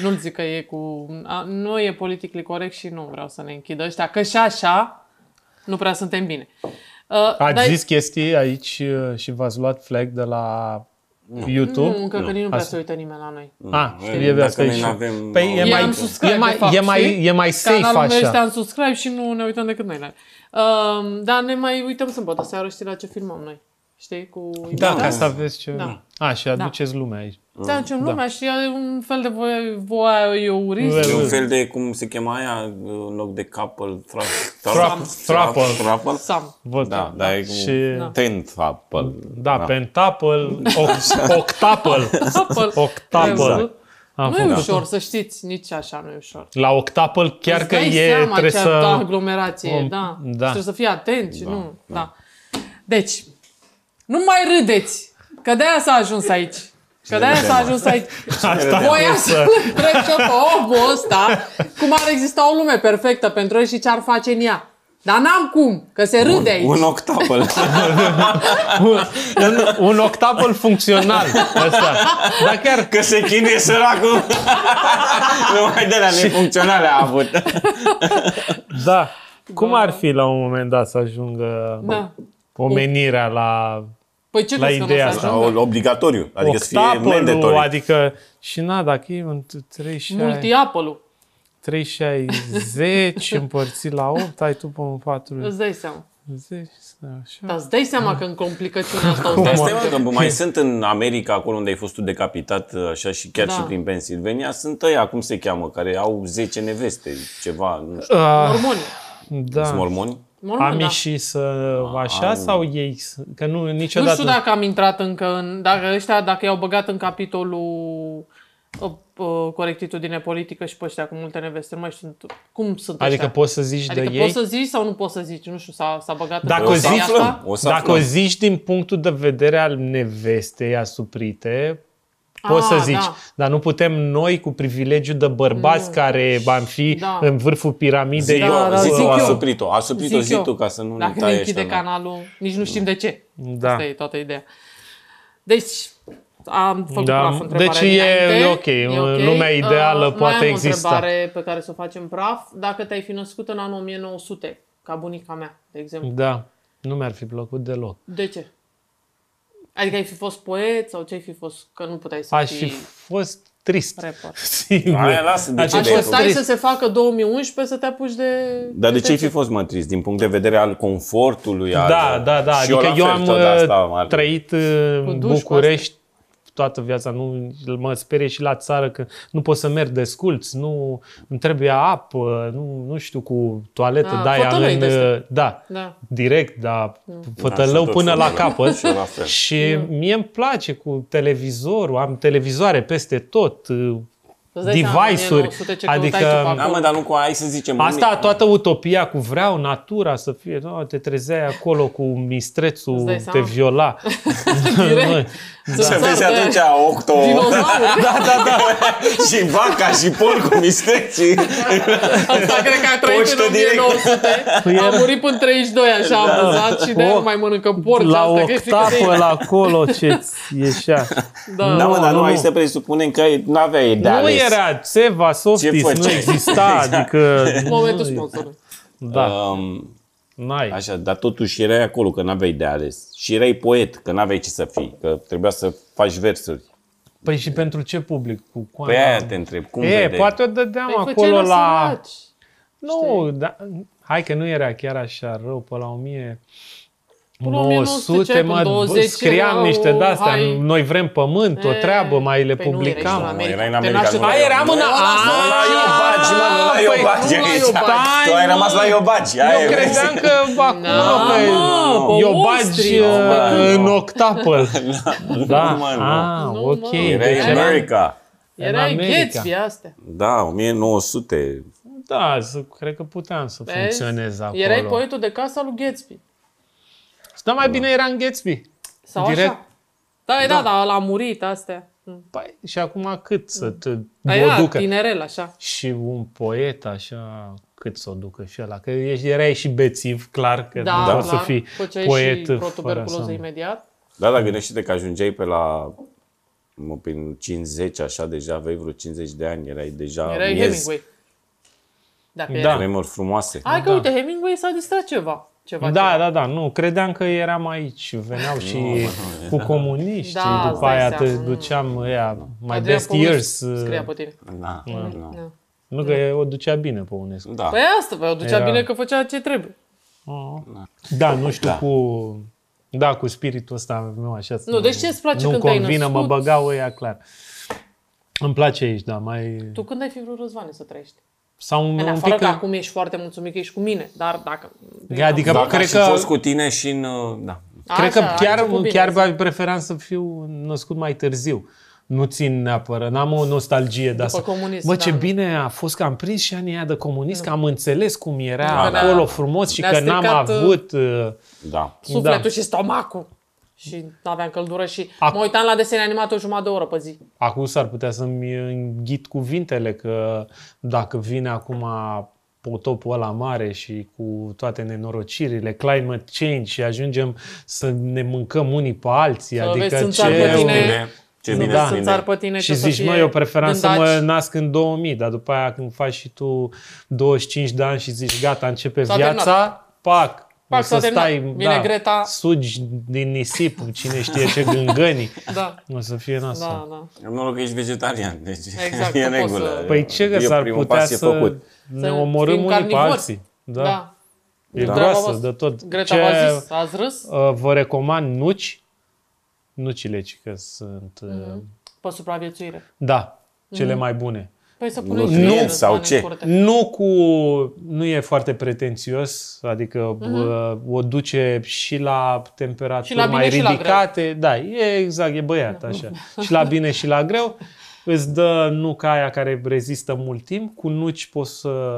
Nu-l zic că e cu... A, nu e politically corect și nu vreau să ne închidă ăștia, că și așa nu prea suntem bine. Uh,
Ați
dar-
zis chestii aici uh, și v-ați luat flag de la YouTube?
Nu, încă
Nu.
că nici nu vrea
Asta-
să uită nimeni la noi.
Ah,
Mm.
știi, e
Dacă
asta e
noi
și...
n-avem-
Păi e
Eu
mai,
am subscribe,
e mai,
de fapt,
e mai,
știi?
e mai safe
Canalul meu este
așa.
în subscribe și nu ne uităm decât noi la el. uh, Dar ne mai uităm sâmbătă seară, știi la ce filmăm noi. Știi? Cu
Da,
invitați.
ca să aveți ce...
Da.
A, și aduceți lumea aici.
Te aducem
Da.
lumea și e un fel de voie, voia
E
eurism.
un fel de, cum se chema aia, în loc de couple, tra-
Trap- trapple.
trapple.
Sam.
Văd.
Da, da, e cum
Și...
da. tent apple.
Da, pentaple, oc- octaple.
Apple.
Octaple.
Ai văzut?
Am
Exact. Nu e
făcut.
ușor, să știți, nici așa nu e ușor.
La octaple chiar
Îți
că
dai
e,
seama
trebuie
ce atâta
să...
aglomerație,
Om,
da.
da.
Și Trebuie să fii atent și
Da,
nu.
da.
Da. Deci, nu mai râdeți, că de-aia s-a ajuns aici. Că de-aia s-a
râdem,
ajuns aici.
Asta
Voia
e
să
să...
întreb eu pe omul ăsta cum ar exista o lume perfectă pentru el și ce ar face în ea. Dar n-am cum, că se râde aici.
Un octapel.
Un, un octaple funcțional. Asta. Dar chiar
Că se chinuie săracul. Numai de la nefuncționale a avut.
Da. Cum ar fi la un moment dat să ajungă
Da.
omenirea la
Păi ce
La
crezi că nu o să
ideea asta.
ajungă?
Obligatoriu. Adică să fie
octapolul?
mandatory.
Adică și na, dacă e în 360,
Multiapolul,
360 împărțit la 8, ai tu pe un 40,
îți dai seama.
așa.
Dar Da, îți dai seama
Mm.
că în complicăciunea asta o
Dar
să
stai, mă, că mai sunt în America, acolo unde ai fost tu decapitat, așa și chiar
Da.
și prin Pennsylvania, sunt ăia, cum se cheamă, care au 10 neveste, ceva, nu știu,
Uh,
Mormoni.
sunt
da.
mormoni?
Mormoni, da.
Amișii să așa sau ei? să- Că nu,
Nu
niciodată.
știu dacă am intrat încă în... Dacă ăștia, dacă i-au băgat în capitolul uh, uh, corectitudine politică și pe ăștia cu multe neveste, nu mai știu cum sunt
Adică
ăștia.
poți să zici
adică
de
poți
ei?
să zici sau nu poți să zici, nu știu, s-a, s-a băgat
Dacă
în
o zici-
chestia asta?
O să
Dacă
aflăm.
o zici din punctul de vedere al nevestei asuprite, poți
Ah,
să zici,
da.
dar nu putem noi cu privilegiul de bărbați care am fi
Da.
în vârful piramidei.
Zic eu,
Da, da,
zic
zic
eu,
eu.
a suprit-o, a suprit-o,
Zic
zi
eu.
tu, ca să nu ne
Dacă ne
taie
închide
ăștia, nu.
canalul, nici nu știm de ce.
Da.
Asta e toată ideea. Deci, am făcut
Da,
praf întrebarea
deci e-
dinainte. Uh,
e ok, în lumea ideală
mai
poate
am
exista.
o întrebare pe care să o facem praf. Dacă te-ai fi născut în anul 1900, ca bunica mea, de exemplu,
Da, nu mi-ar fi plăcut deloc.
de ce? Adică ai fi fost poet sau ce ai fi fost? Că nu puteai să
Aș
fii
fi fost trist.
rapper.
Singur.
Aia lasă, de
Aș
ce
fi
Aș
de-ai
fi
fost
stai să
trist.
se facă 2011 să te apuci de...
Dar de ce ai
trece.
fi fost mătris? Din punct de vedere al confortului? Al...
Da, da, da.
Și
adică
la
eu
fel,
am
tot asta am
uh,
ales.
trăit uh,
Cu
în
duș, cu
București toată viața. Nu, mă sperie și la țară că nu pot să merg desculț, nu îmi trebuie apă, nu, nu știu, cu toaletă
Ah,
da, de aia.
fătălăi
În,
de-astea.
uh, da,
Da.
direct, da,
Da,
fătălău
sunt
până
tot
la
felul.
capăt.
Și eu la fel.
Da.
și mie îmi place cu televizorul, am televizoare peste tot, uh,
Îți dai seama,
Device-uri.
1900 ce căutai
Adică-
tu pe acolo.
Da, mă, dar nu cu hai să zicem.
Asta
unii-
toată utopia cu vreau natura să fie, no, te trezeai acolo cu
Îți
mistrețul,
dai
te
seama?
viola.
Direct. Să
Să vezi
sară
atunci octo
Dinozauri.
Da, da, da. și vaca și porcul Da, mistreții.
Asta cred că a trăit în
Poștă direct. Da.
1900. A murit până 32, așa am văzat și de
O-
nu mai mănâncăm porci.
la
asta,
o
că e frică de
octapă,
ei.
la acolo ce-ți ieșea.
Da,
Da, mă, dar nu,
nu,
hai
nu.
să presupunem că n-avea de
nu
ales.
era Ceva,
Ce
Softis,
făceai?
nu exista, adică...
Exact. Momentul Uh,
nu,
sponsor.
Da,
Um,
n-ai.
Așa, dar totuși erai acolo, că n-aveai de ales. Și erai poet, că n-aveai ce să fii, că trebuia să faci versuri.
Păi și pentru ce public? Cu
Pe aia te întreb, cum
E,
vedeai?
poate o dădeam
Păi făceai
acolo
la...
la...
săraci.
Nu, da, hai că nu era chiar așa rău, pe la 1000...
Până la
900, mă,
1900, până la
bă,
20
scriam
erau,
niște de-astea,
hai.
noi vrem pământ, o
E,
treabă, mai le
păi nu erai și la
Mă,
publicam.
America.
erai în
Te
America,
naște-
nu
Ba,
erai
eram
acolo.
în-
Nu,
Ah,
la Iobagi, mă, nu la
păi
Iobagi.
nu la
aici. da.
Iobagi,
Păi
Tu ai rămas la
mă.
Iobagi. aia
Eu
e.
credeam că acolo
Na,
că
mă, pe
eu
Da, Wall
bagi
Street,
uh,
mă.
în octapă. Da,
Nu, mă, nu.
ah,
Nu,
ok.
mă.
Erai
Deci
în
Era-
America.
Erai
America.
ghețpi astea.
Da, 1900.
Da, să- cred că puteam să
Vezi?
funcționez acolo.
Erai Da. poetul de casa lui Ghețpi.
Dar mai bine era în Gatsby.
Sau
Direct.
așa. Da, e, da, da, l-a murit astea.
Păi, și acum cât să te
Da,
o
era
ducă?
tinerel, așa.
Și un poet așa, cât să o ducă și ăla. Că ești, erai și bețiv, clar, că
Da,
nu
clar.
poți să fii
Făceai
poet
și
fără
protuberculoză
să...
imediat.
Da, dar gândește-te că ajungeai pe la mă, prin 50, așa, deja aveai vreo 50 de ani, erai deja
Erai
miez.
Hemingway. Da, pe
Da.
da.
Vremuri frumoase.
Hai că,
Da.
uite, Hemingway s-a distrat ceva. ceva
Da,
ceva.
da, da, nu, credeam că eram aici și veneau și cu comuniști,
Da, îți
după
dai
aia te
seama, nu.
duceam ea, da, my
Adrian
best
Popescu
years, uh,
Scria pe tine.
Da, da.
Da.
nu că o ducea bine pe UNESCO.
Da.
Păi asta, păi o ducea
Era-
bine că făcea ce trebuie.
Da, nu știu,
Da.
cu, da, cu spiritul ăsta meu așa. să-
Nu, deci ce îți place
nu
când te-ai
convină, mă
născut?
băgau ăia clar. Îmi place aici, da, mai...
Tu când ai fi vrut, Răzvane, să trăiești?
Sau un,
În
un
afară
pic...
că acum ești foarte mulțumit că ești cu mine, dar Păi da. dacă...
Adică
Dacă
cred
aș fi
că...
fost cu tine și în... uh, Da.
Cred că
Așa, ai
chiar,
început bine.
chiar preferam să fiu născut mai târziu. Nu țin neapărat, n-am o nostalgie de asta.
comunism,
Bă, ce
da.
bine a fost că am prins și anii aia de comunist, că am înțeles cum era
Da, da.
acolo frumos și
Ne-a
că n-am
stricat, uh,
avut... uh,
Da.
Sufletul
Da.
și stomacul. Și aveam căldură și
Ac-
mă uitam la desene animate o jumătate de oră pe zi.
Acum s-ar putea să-mi înghit cuvintele, că dacă vine acum potopul ăla mare și cu toate nenorocirile, climate change și ajungem să ne mâncăm unii pe alții,
Să
adică
vezi în
ce...
țară pe tine.
Ce
Nu,
bine
da.
da.
Să-mi țar pe tine
Și
ce o să
zici,
fie
mă, eu preferam să mă
dândaci.
nasc în 2000, dar după aia când faci și tu 25 de ani și zici, gata, începe
S-a
viața, pac,
Pac,
o să
s-a terminat.
stai, da,
Vine Greta.
sugi din nisip, cine știe ce gângăni.
Da,
O să fie nasă.
da, da.
Am noroc că ești vegetarian, deci
Exact,
e
că
în
poți
regulă.
să-
Păi ce că
E
s-ar
primul
putea
pas e
să
făcut.
ne
Să
omorâm
fim
unii pe
carnivori.
alții. Da.
da.
E
Da.
groasă
Treaba
de tot.
Greta
ce
v-a zis, ați râs?
uh, vă recomand nuci, nucile ci că sunt, uh,
Mhm. Pe supraviețuire.
da, cele mai bune.
Păi să
Nu,
punem
nu.
și
Sau ce?
Nu cu, nu e foarte pretențios, adică uh o duce și la temperaturi
Mhm. Și la bine
mai
și la Da.
ridicate. Da, e exact, e băiat așa. și la bine și la greu. Îți dă nuca aia care rezistă mult timp. Cu nuci poți să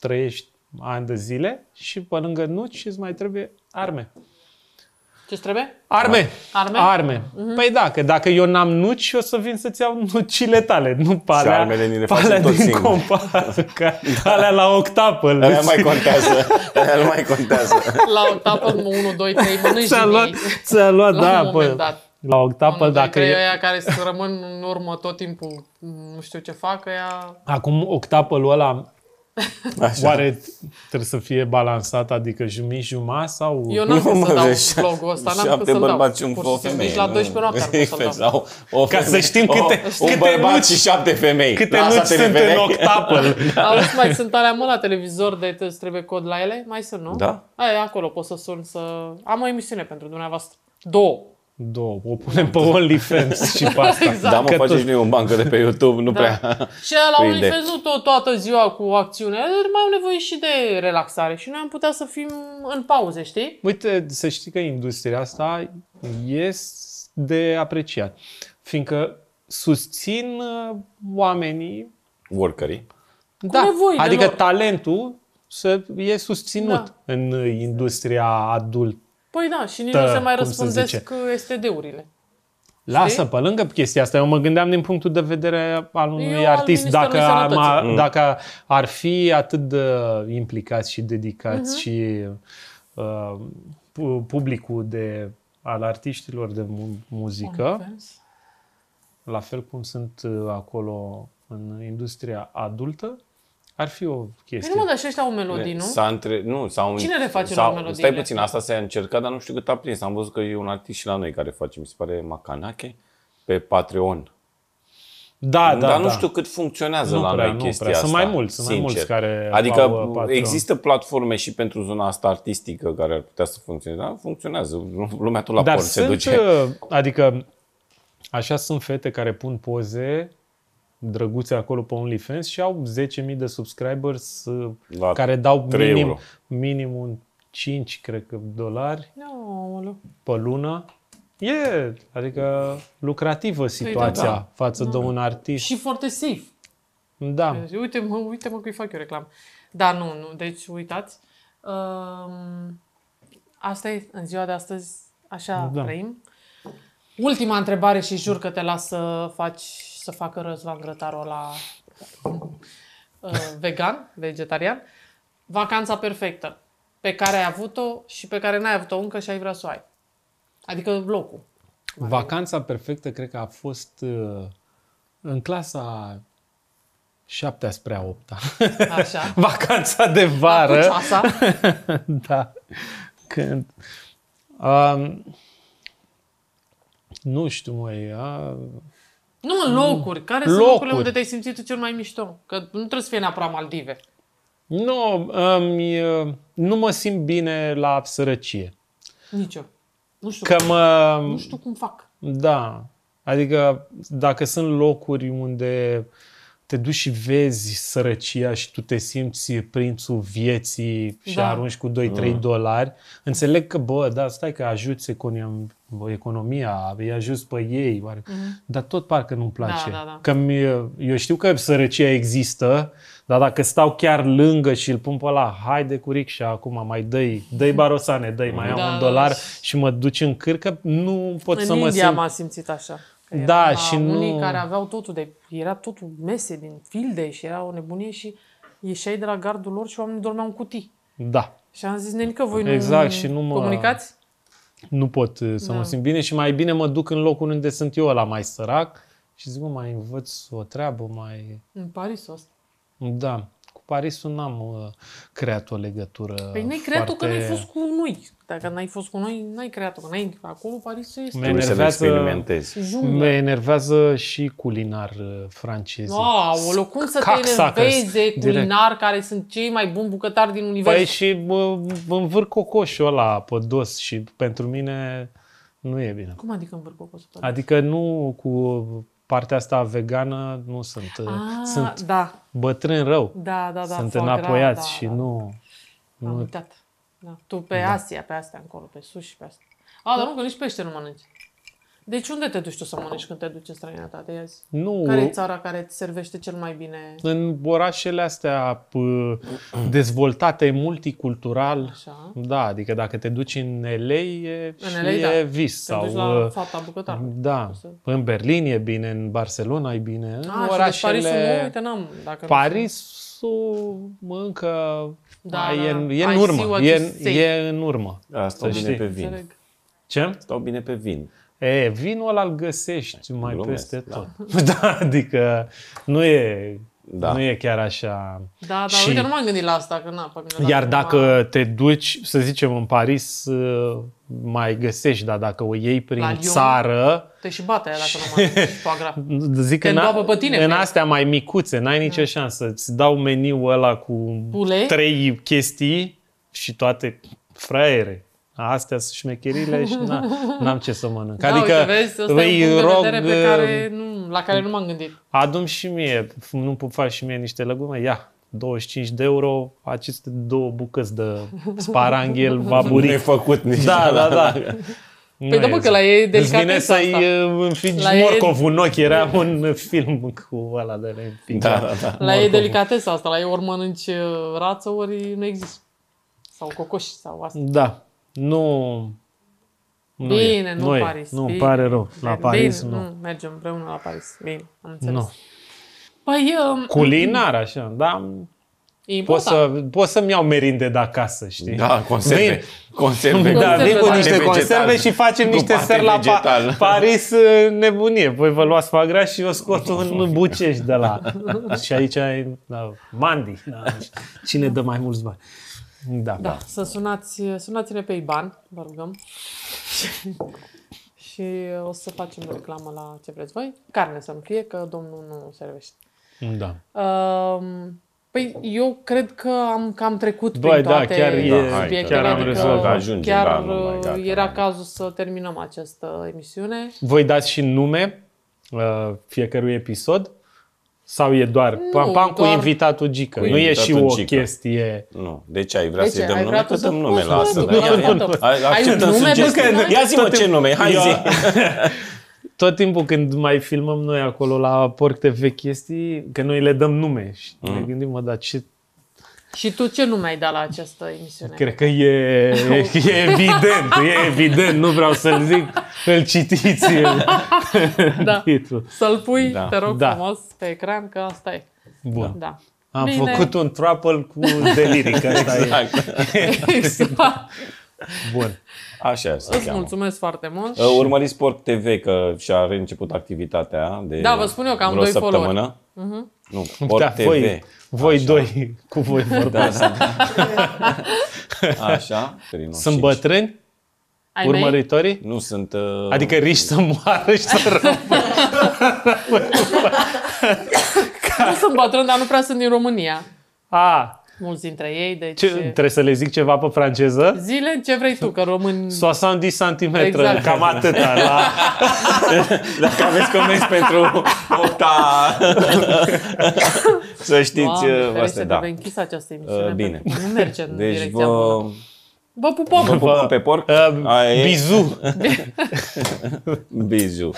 trăiești ani de zile și pe lângă nuci îți mai trebuie arme.
ce trebuie?
Arme.
Arme? Mhm.
Arme. Păi da, că dacă eu n-am nuci, o să vin să-ți iau nucile tale, nu palea,
armele ni le facem
palea
tot
din
singuri.
compa, că alea la octapă. le-
Aia mai contează. Aia nu mai contează.
La octapă 1, 2, 3 mănânci
ți-a
din
luat,
ei.
ți-a luat,
Păi La
da,
un moment
bă,
dat.
la octapă,
Unul
dacă
dintre
e...
ăia care se rămân în urmă tot timpul, nu știu ce fac, ea...
Acum octapălul ăla,
Așa.
oare trebuie să fie balansat, adică jumii juma sau...
Eu n-am
Nu,
cum
mă,
să dau
vezi,
vlogul ăsta, n-am cum
șapte
să-l dau.
bărbați și un
Pur
o
simplu,
femeie.
Nici la
nu?
12 noapte ar putea să-l dau.
Sau o
Ca
femeie.
să știm câte-
o,
câte
Un bărbat
nuci-
și șapte femei.
Câte
Lasă
nuci
te
sunt
revedem.
în octapăl?
Auzi, mai sunt alea mă la televizor de te- îți trebuie cod la ele? Mai sunt, nu?
Da.
Aia, acolo poți să sun să... Am o emisiune pentru dumneavoastră. Două.
Două, o punem pe OnlyFans și pe asta.
Exact.
Da, mă,
Că
faceți
tot-
noi un bancă de pe YouTube,
Da.
nu prea...
Și aia la
Prinde.
OnlyFans nu tot, toată ziua cu acțiune, dar mai au nevoie și de relaxare și noi am putea să fim în pauze, știi?
Uite, să știi că industria asta este de apreciat, fiindcă susțin uh, oamenii
workerii.
Da. nevoile
adică
lor.
talentul să e susținut
Da.
în uh, industria adult.
Păi da, și nici
Tă,
nu se mai
cum se
răspândesc STD-urile.
Lasă, pe lângă chestia asta, eu mă gândeam din punctul de vedere al unui
Eu, al
artist, dacă,
Ministerului
am, a,
Sănătății.
mm. dacă ar fi atât de implicați și dedicați
Mhm.
mm-hmm. și uh, pu- publicul de, al artiștilor de mu- muzică, la fel cum sunt uh, acolo în industria adultă, ar fi o
Păi
chestie.
nu mă, dar și ăștia au melodii, nu?
S-a între... nu s-au...
Cine le face
s-au...
lor melodiile?
Stai puțin, asta s-a încercat, dar nu știu cât a prins. Am văzut că e un artist și la noi care face, mi se pare, Macanache, pe Patreon.
Da, da,
Da, dar
da.
nu știu cât funcționează
Nu
la
prea,
noi
nu
chestia
prea.
asta.
Sunt mai mulți, sunt mai mulți care
Adică
au, uh, Patreon.
există platforme și pentru zona asta artistică care ar putea să funcționeze, dar funcționează. Lumea tot la
Dar
porn se
sunt,
duce.
uh, adică, așa sunt fete care pun poze drăguțe acolo pe OnlyFans și au 10.000 de subscribers uh,
La
care dau
3
minim,
euro.
minim un 5, cred că, dolari
Nu,
pe lună. E, adică, lucrativă situația
da.
față de un artist.
și foarte safe.
da.
Deci, uite, mă, uite mă că îi fac eu reclamă. Da, nu, nu, deci uitați. Um, asta e, în ziua de astăzi, așa
Da.
da. trăim. Ultima întrebare și jur că te las să faci, să facă Răzvan Grătarul la uh, vegan, vegetarian. Vacanța perfectă pe care ai avut-o și pe care n-ai avut-o încă și ai vrea să o ai. Adică locul.
Vacanța perfectă cred că a fost uh, în clasa 7 spre 8
Așa.
Vacanța de vară.
Cu ceasa.
da. Când. Um, nu știu, măi. A...
Nu, mă, locuri. Care locuri.
Mm. Locuri.
sunt locurile unde te-ai simțit tu cel mai mișto? Că nu trebuie să fie neapărat Maldive.
Nu, um, e- nu mă simt bine la sărăcie.
Nici eu. Nu știu.
Că mă...
Nu știu cum fac.
Da. Adică dacă sunt locuri unde te duci și vezi sărăcia și tu te simți prințul vieții și da.
Da.
arunci cu 2-3 mm. dolari, înțeleg că, bă, da, stai că ajuți economia, economia îi ajuți pe ei, oare. Mm. dar tot parcă nu-mi place.
Mhm. da, da.
Că mi, eu știu că sărăcia există, dar dacă stau chiar lângă și îl pun pe ăla, haide cu ricșa acum, mai dă-i, dă-i barosane, dă-i, mai
Da,
am un
da, da.
dolar și mă duci în cârcă, nu pot
În
să mă
India
simt...
m-am simțit așa. Că
Da,
erau la
și nu-
unii care aveau totul de... Era totul mese din filde și era o nebunie și ieșeai de la gardul lor și oamenii dormeau în cutii.
Da.
Și am zis, nenică, voi
Exact,
nu,
și nu mă-
comunicați?
nu pot uh, să da. mă
Da.
simt bine și mai bine mă duc în locul unde sunt eu la mai sărac și zic, mă, mai învăț o treabă, mai...
În Parisul ăsta.
Da, cu Parisul n-am uh, creat o legătură
Păi n-ai creat tu că n-ai fost cu noi. Dacă n-ai fost cu noi, n-ai creat-o. Că n-ai... Acolo Parisul este
Mă
Trebuie să-l
enervează-
experimentezi.
Mă
junglă.
enervează și culinar uh, francez.
Aoleu, cum să te
Cocksuckers,
enerveze
direct.
culinari care sunt cei mai buni bucătari din univers?
Păi și bă, învârc cocoșul ăla pe dos și pentru mine nu e bine.
Cum adică învârc o să
Adică nu cu partea asta vegană, nu sunt, uh, sunt
da,
bătrân rău.
da, Ah. da, da.
sunt
foie gras,
înapoiați
da,
și
da,
nu...
Am uitat. Da. Tu pe Asia, pe astea încolo, pe sus și pe astea. A,
Da.
dar nu, că nici pește nu mănânci. Deci unde te duci tu să mănânci când te duci în străinătate? Ia zi.
Nu,
Care e țara care îți servește cel mai bine?
în orașele astea p- dezvoltate multicultural,
Așa.
da, adică dacă te duci în LA, e,
În
și
LA,
e
da.
vis.
Te duci
sau,
la
uh,
fata bucătarului.
da, în Berlin e bine, în Barcelona e bine, în
A, Ah, și de
orașele...
Parisul nu, uite, n-am. Dacă nu
Parisul încă
Da,
mai
da,
e, e
da.
în
I see
urmă,
what
e,
you say.
e în urmă.
Da, stau
Să
bine
știi.
pe
știu.
vin.
Înțeleg.
Ce?
Stau bine pe vin.
E, vinul ăla îl găsești mai
Glumesc,
peste
da.
tot. Da. adică nu e,
Da.
nu e chiar așa.
Da, dar
Și-
uite, nu m-am gândit la asta, că na, pe mine,
Iar
m-a-
dacă te duci, să zicem, în Paris, uh, mai găsești, dar dacă o iei prin
La Lyon?
țară,
Te și bate aia dacă nu mănânci foie gras.
zic
Te
în,
îndoapă pe tine,
în
cred.
astea mai micuțe, n-ai nicio șansă. Îți dau meniul ăla cu
Pule?
trei chestii și toate fraiere. Astea sunt șmecherile și na, n-am ce să mănânc.
Da,
adică
uite, vezi, ăsta
îi
e un punct
rog, uh,
de vedere pe care nu, la care nu m-am gândit.
Adum și mie, nu pot face și mie niște legume, ia, 25 de euro, aceste două bucăți de sparanghel,
Nu e
baburic.
făcut nici
Da, da, da. Nu
Păi da, bă,
e-
că la ei e
Îți vine
delicateța
să-i
asta.
uh, înfigi
La
la
ei-
morcovul în ochi. Era un film cu ăla de la împinge.
Da, da, da.
La ei e delicatesa asta, la ei ori mănânci uh, rață, ori nu există. Sau cocoși sau asta.
Da. Nu... nu e.
Bine, nu
e.
Paris,
Nu, îmi
bine.
pare rău. La Paris,
Bine,
nu.
Mergem împreună la Paris. Bine, am înțeles.
Nu.
Păi, um,
Culinar, așa, da?
e
Pot,
important.
să, pot să-mi iau merinde de acasă, știi?
Da, conserve.
Vin-
Conserve.
Da,
Conserve,
vin cu
da.
niște
Parte
conserve
vegetală.
și facem
Cu
niște
parte
seri la pa-
vegetală.
Paris uh, nebunie. Voi vă luați fagra și eu scot un bucești de la... Și aici ai da, Mandi. Da, nu știu. cine dă mai mulți bani. Da.
Da, să sunați, sunați-ne pe Iban, vă rugăm. și o să facem reclamă la ce vreți voi. Carne să-mi fie, că domnul nu servește.
da.
Um, păi eu cred că am cam trecut
Băi,
prin
da,
toate
chiar e-
Da, hai,
subiectele,
chiar am
adică
rezolvat.
Ajungem,
chiar uh,
da, nu mai, gata,
era
mai.
cazul să terminăm această emisiune.
Voi dați și nume uh, fiecărui episod? Sau e doar
Nu,
pam, pam cu
doar-
invitatul Gică?
Cu
nu e și
invitatul
o
Gică.
chestie...
Nu. De ce ai vrea
De
să-i
ce?
dăm
Deci Ai
nume?
vrea
Că
tu
dăm
să
nume
poți
la
să
asta.
dăm
da.
nume,
Ia, ia.
tot.
Ai-
Ai un
Acceptăm
nume?
sugestii.
Bă, că-
Ia zi-mă ce nume, hai
Eu-
zi.
Tot timpul când mai filmăm noi acolo la Porc TV chestii, că noi le dăm nume și
Mm.
ne gândim, mă, dar ce...
Și tu ce nume ai dat la această emisiune?
Cred că e, e, e evident, e evident, nu vreau să-l zic, îl citiți
Da.
titlul.
Să-l pui,
Da.
te rog
Da.
frumos, pe ecran, că asta e.
Bun. Da.
Da.
Am
Bine.
făcut un trapel cu deliric, ăsta e.
Exact.
Exact.
Bun.
Așa se
Îți
cheamă.
mulțumesc foarte mult.
Uh, Urmăriți Sport TV că și-a reînceput activitatea de
Da, vă spun eu că am
vreo
doi Mhm. followeri.
săptămână. Nu, Sport
da,
TV.
voi, voi doi, cu voi vorbim.
Da, da, da. Așa.
Sunt bătrâni?
Ai mei?
Urmăritorii?
Nu sunt... Uh,
Adică riști să moară și să rămână.
Nu sunt bătrân, dar nu prea sunt din România.
A,
Mulți dintre ei, deci...
ce, trebuie să le zic ceva pe franceză?
Zile, ce vrei tu, că români...
70 cm,
Exact.
cam atâta. La...
Dacă aveți comenzi pentru opta... să știți, uh, asta
Doamne, ferește,
e, da.
trebuie închisă această emisiune.
Uh, bine.
pentru că Nu merge în
Deci
direcția bună.
vă,
Vă pupăm!
vă pupăm pe porc.
Uh,
Aia e.
bizu.
Bizu.